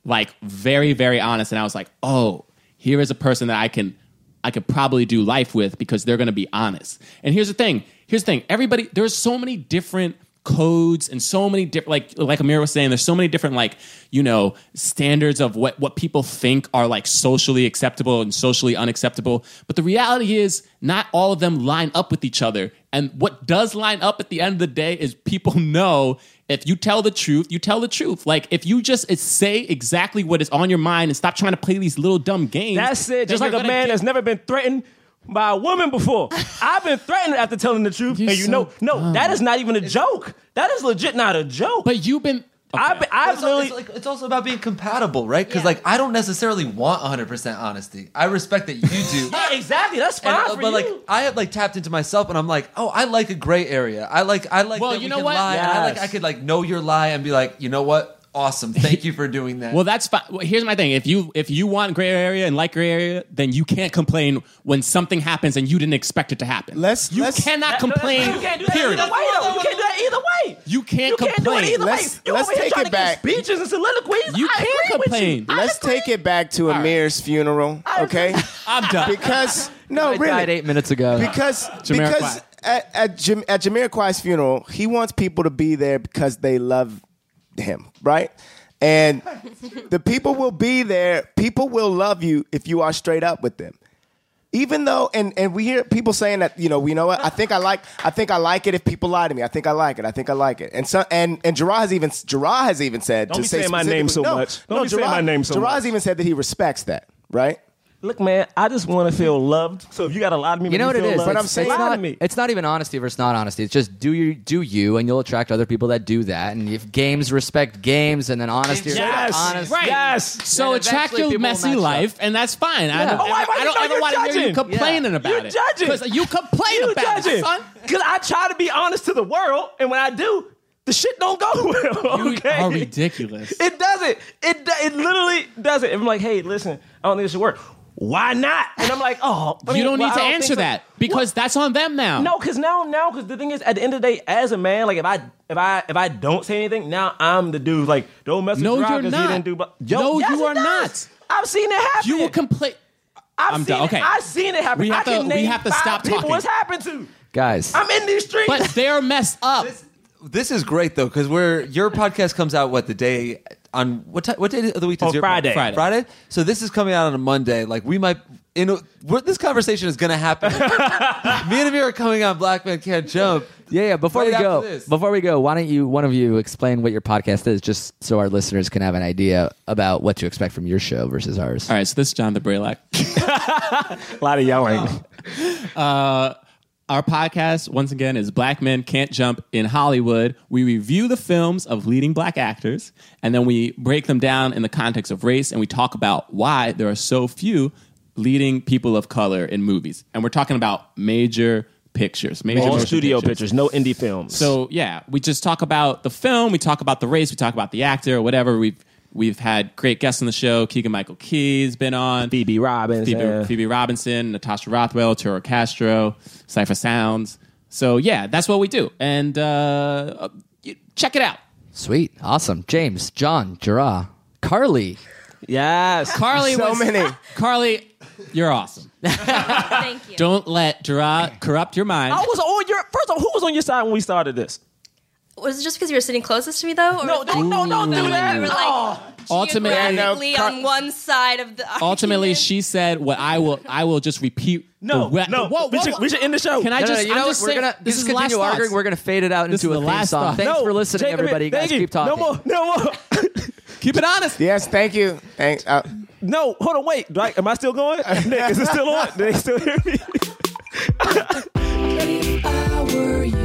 [SPEAKER 8] Like very, very honest. And I was like, oh, here is a person that I can I could probably do life with because they're gonna be honest. And here's the thing. Here's the thing. Everybody there's so many different codes and so many different like like Amir was saying, there's so many different like, you know, standards of what what people think are like socially acceptable and socially unacceptable. But the reality is not all of them line up with each other. And what does line up at the end of the day is people know if you tell the truth, you tell the truth. Like if you just say exactly what is on your mind and stop trying to play these little dumb games.
[SPEAKER 6] That's it. Just like
[SPEAKER 8] then you're
[SPEAKER 6] a
[SPEAKER 8] gonna
[SPEAKER 6] man
[SPEAKER 8] get-
[SPEAKER 6] that's never been threatened by a woman before. I've been threatened after telling the truth, and you know, no, that is not even a joke. That is legit not a joke. But
[SPEAKER 8] you've been.
[SPEAKER 6] I've, been, I've
[SPEAKER 4] it's, al-
[SPEAKER 6] literally.
[SPEAKER 4] it's, like, it's also about being compatible, right? Because like I don't necessarily want 100 percent honesty. I respect that you do.
[SPEAKER 6] yeah, exactly. That's
[SPEAKER 4] And,
[SPEAKER 6] fine
[SPEAKER 4] uh,
[SPEAKER 6] for
[SPEAKER 4] but
[SPEAKER 6] you.
[SPEAKER 4] like I have like tapped into myself, and I'm like, oh, I like a gray area. I like I like.
[SPEAKER 8] Well,
[SPEAKER 4] that
[SPEAKER 8] you
[SPEAKER 4] we
[SPEAKER 8] know
[SPEAKER 4] can
[SPEAKER 8] what?
[SPEAKER 4] Lie, and I like
[SPEAKER 8] Yes.
[SPEAKER 4] I could like know your lie and be like, you know what? Awesome. Thank you for doing that.
[SPEAKER 8] Well, that's fine. Well, here's my thing: if you if you want gray area and like gray area, then you can't complain when something happens and you didn't expect it to happen. Let's you cannot
[SPEAKER 6] That- no, that's-
[SPEAKER 8] complain.
[SPEAKER 6] You can't do that
[SPEAKER 8] period.
[SPEAKER 6] either way. though. You can't do that either way.
[SPEAKER 8] You can't
[SPEAKER 6] do
[SPEAKER 8] complain.
[SPEAKER 6] it either
[SPEAKER 8] Let's-
[SPEAKER 6] way. You
[SPEAKER 8] let's
[SPEAKER 6] over here
[SPEAKER 8] take
[SPEAKER 6] trying
[SPEAKER 8] it
[SPEAKER 6] to give
[SPEAKER 8] back.
[SPEAKER 6] Speeches and soliloquies.
[SPEAKER 8] You
[SPEAKER 6] I
[SPEAKER 8] can't
[SPEAKER 6] agree with
[SPEAKER 8] complain.
[SPEAKER 6] you. I
[SPEAKER 7] Let's take it back to Amir's funeral, okay?
[SPEAKER 8] I'm done.
[SPEAKER 7] Because no,
[SPEAKER 1] I
[SPEAKER 7] really,
[SPEAKER 1] died eight minutes ago.
[SPEAKER 7] because because
[SPEAKER 1] Jamiroquai.
[SPEAKER 7] at at, Jam- at Jamiroquai's funeral, he wants people to be there because they love him, right? And the people will be there. People will love you if you are straight up with them. Even though, and and we hear people saying that you know, we know what I think I like. I think I like it if people lie to me. I think I like it. I think I like it. And so, and and Gerard has even Gerard has even said
[SPEAKER 6] Don't
[SPEAKER 7] to
[SPEAKER 6] be
[SPEAKER 7] say
[SPEAKER 6] saying my name so
[SPEAKER 7] specifically- no,
[SPEAKER 6] much. Don't
[SPEAKER 7] no,
[SPEAKER 6] be saying my
[SPEAKER 7] Gerard-
[SPEAKER 6] name so
[SPEAKER 7] Gerard's
[SPEAKER 6] much.
[SPEAKER 7] even said that he respects that, right?
[SPEAKER 6] Look, man, I just want to feel loved. So if you got to lie to me,
[SPEAKER 1] You know what it
[SPEAKER 6] feel
[SPEAKER 1] is?
[SPEAKER 6] loved,
[SPEAKER 1] It's-
[SPEAKER 6] I'm saying
[SPEAKER 1] it's
[SPEAKER 6] lie
[SPEAKER 1] not,
[SPEAKER 6] to me.
[SPEAKER 1] it's not even honesty versus not honesty. It's just do you do you, and you'll attract other people that do that. And if games respect games, and then honesty respect
[SPEAKER 6] Yes,
[SPEAKER 1] honesty.
[SPEAKER 6] right. Yes.
[SPEAKER 8] So
[SPEAKER 1] Then
[SPEAKER 8] attract
[SPEAKER 1] eventually
[SPEAKER 8] your
[SPEAKER 1] people
[SPEAKER 8] messy
[SPEAKER 1] match up.
[SPEAKER 8] life, and that's fine. I
[SPEAKER 1] Yeah.
[SPEAKER 8] don't,
[SPEAKER 1] Oh,
[SPEAKER 6] why- why
[SPEAKER 8] I
[SPEAKER 6] you
[SPEAKER 8] don't
[SPEAKER 6] know
[SPEAKER 8] ever
[SPEAKER 6] you're
[SPEAKER 8] want to hear you
[SPEAKER 6] judging?
[SPEAKER 8] complaining about
[SPEAKER 6] You're
[SPEAKER 8] it.
[SPEAKER 6] judging.
[SPEAKER 8] Because you complain
[SPEAKER 6] you
[SPEAKER 8] about
[SPEAKER 6] judging.
[SPEAKER 8] it, son.
[SPEAKER 6] Because I try to be honest to the world, and when I do, the shit don't go well.
[SPEAKER 8] You
[SPEAKER 6] Okay.
[SPEAKER 8] are ridiculous.
[SPEAKER 6] It doesn't. It do- it literally doesn't. And I'm like, hey, listen, I don't think this should work. Why not? And I'm like, oh, I
[SPEAKER 8] you
[SPEAKER 6] mean,
[SPEAKER 8] don't
[SPEAKER 6] well,
[SPEAKER 8] need
[SPEAKER 6] I
[SPEAKER 8] to
[SPEAKER 6] think
[SPEAKER 8] answer
[SPEAKER 6] so.
[SPEAKER 8] that because that's on them now.
[SPEAKER 6] No, because now, now, because the thing is, at the end of the day, as a man, like if I if I if I don't say anything, now I'm the dude. Like don't mess with
[SPEAKER 8] No,
[SPEAKER 6] Gerard
[SPEAKER 8] you're
[SPEAKER 6] 'cause
[SPEAKER 8] not.
[SPEAKER 6] He didn't do, but
[SPEAKER 8] No,
[SPEAKER 6] yes,
[SPEAKER 8] you
[SPEAKER 6] he
[SPEAKER 8] are
[SPEAKER 6] does.
[SPEAKER 8] not.
[SPEAKER 6] I've seen it happen.
[SPEAKER 8] You will complain.
[SPEAKER 6] I've
[SPEAKER 8] I'm
[SPEAKER 6] seen
[SPEAKER 8] done.
[SPEAKER 6] It.
[SPEAKER 8] Okay.
[SPEAKER 6] I've seen it happen.
[SPEAKER 8] We have
[SPEAKER 6] I can
[SPEAKER 8] to- we
[SPEAKER 6] name
[SPEAKER 8] have to
[SPEAKER 6] five
[SPEAKER 8] stop
[SPEAKER 6] people
[SPEAKER 8] talking.
[SPEAKER 6] It's happened to.
[SPEAKER 1] Guys,
[SPEAKER 6] I'm in these streets.
[SPEAKER 8] But they're messed up.
[SPEAKER 4] This is great though, because we're your podcast comes out what the day on what ti- what day of the week does
[SPEAKER 8] Oh,
[SPEAKER 6] On
[SPEAKER 4] your
[SPEAKER 6] Friday.
[SPEAKER 4] Friday Friday. So this is coming out on a Monday. Like we might in a, we're, this conversation is going to happen. Me and Amir are coming on Black Men Can't Jump.
[SPEAKER 1] Yeah, yeah. Before
[SPEAKER 4] Right
[SPEAKER 1] we
[SPEAKER 4] after
[SPEAKER 1] go,
[SPEAKER 4] this.
[SPEAKER 1] before we go, why don't you one of you explain what your podcast is, just so our listeners can have an idea about what to expect from your show versus ours.
[SPEAKER 8] All right, so this is John the Braylock.
[SPEAKER 6] a lot of y'all
[SPEAKER 8] Oh.
[SPEAKER 6] ain't.
[SPEAKER 8] Uh, our podcast, once again, is Black Men Can't Jump in Hollywood. We review the films of leading black actors, and then we break them down in the context of race, and we talk about why there are so few leading people of color in movies. And we're talking about major pictures, major
[SPEAKER 6] All
[SPEAKER 8] motion
[SPEAKER 6] studio
[SPEAKER 8] pictures.
[SPEAKER 6] pictures, no indie films.
[SPEAKER 8] So yeah, we just talk about the film, we talk about the race, we talk about the actor, whatever. We've we've had great guests on the show. Keegan Michael Key's been on.
[SPEAKER 6] Phoebe Robbins.
[SPEAKER 8] Phoebe,
[SPEAKER 6] yeah.
[SPEAKER 8] Phoebe Robinson, Natasha Rothwell, Turo Castro, Cypher Sounds. So yeah, that's what we do. And uh, uh, you- check it out.
[SPEAKER 1] Sweet, awesome. James, John, Jara, Carly.
[SPEAKER 6] Yes.
[SPEAKER 8] Carly
[SPEAKER 7] So
[SPEAKER 8] was-
[SPEAKER 7] many.
[SPEAKER 8] Carly, you're awesome.
[SPEAKER 13] Thank you.
[SPEAKER 8] Don't let Jara corrupt your mind.
[SPEAKER 6] I was on your first of all, who was on your side when we started this?
[SPEAKER 13] Was it just because you were sitting closest to me though? Or
[SPEAKER 6] No,
[SPEAKER 13] was it
[SPEAKER 6] don't no, don't do that. Oh.
[SPEAKER 13] You were like
[SPEAKER 8] ultimately,
[SPEAKER 13] geographically on one side of the
[SPEAKER 8] ultimately,
[SPEAKER 13] argument?
[SPEAKER 8] she said what I will. I will just repeat.
[SPEAKER 6] no,
[SPEAKER 8] the re-
[SPEAKER 6] no.
[SPEAKER 8] Whoa,
[SPEAKER 6] We,
[SPEAKER 8] whoa,
[SPEAKER 6] should,
[SPEAKER 8] whoa.
[SPEAKER 6] we should end the show.
[SPEAKER 8] Can I
[SPEAKER 1] No, no,
[SPEAKER 8] just?
[SPEAKER 1] no, you
[SPEAKER 8] I'm
[SPEAKER 1] know
[SPEAKER 8] just
[SPEAKER 1] what? We're
[SPEAKER 8] saying,
[SPEAKER 1] gonna
[SPEAKER 8] this
[SPEAKER 1] just
[SPEAKER 8] is the last
[SPEAKER 1] continue arguing.
[SPEAKER 8] thoughts.
[SPEAKER 1] We're gonna fade it out
[SPEAKER 8] This
[SPEAKER 1] into
[SPEAKER 8] is
[SPEAKER 1] a
[SPEAKER 8] the
[SPEAKER 1] theme
[SPEAKER 8] last
[SPEAKER 1] song.
[SPEAKER 8] thoughts.
[SPEAKER 1] Thanks
[SPEAKER 6] No,
[SPEAKER 1] for listening,
[SPEAKER 6] Jacob,
[SPEAKER 1] everybody.
[SPEAKER 6] thank
[SPEAKER 1] Guys,
[SPEAKER 6] you.
[SPEAKER 1] keep talking.
[SPEAKER 6] No more, no more,
[SPEAKER 8] keep it honest.
[SPEAKER 7] Yes, thank you. Thank. Uh,
[SPEAKER 6] no. Hold on, wait. Do I, am I still going? Nick, is it still on? Do they still hear me?
[SPEAKER 16] I were you.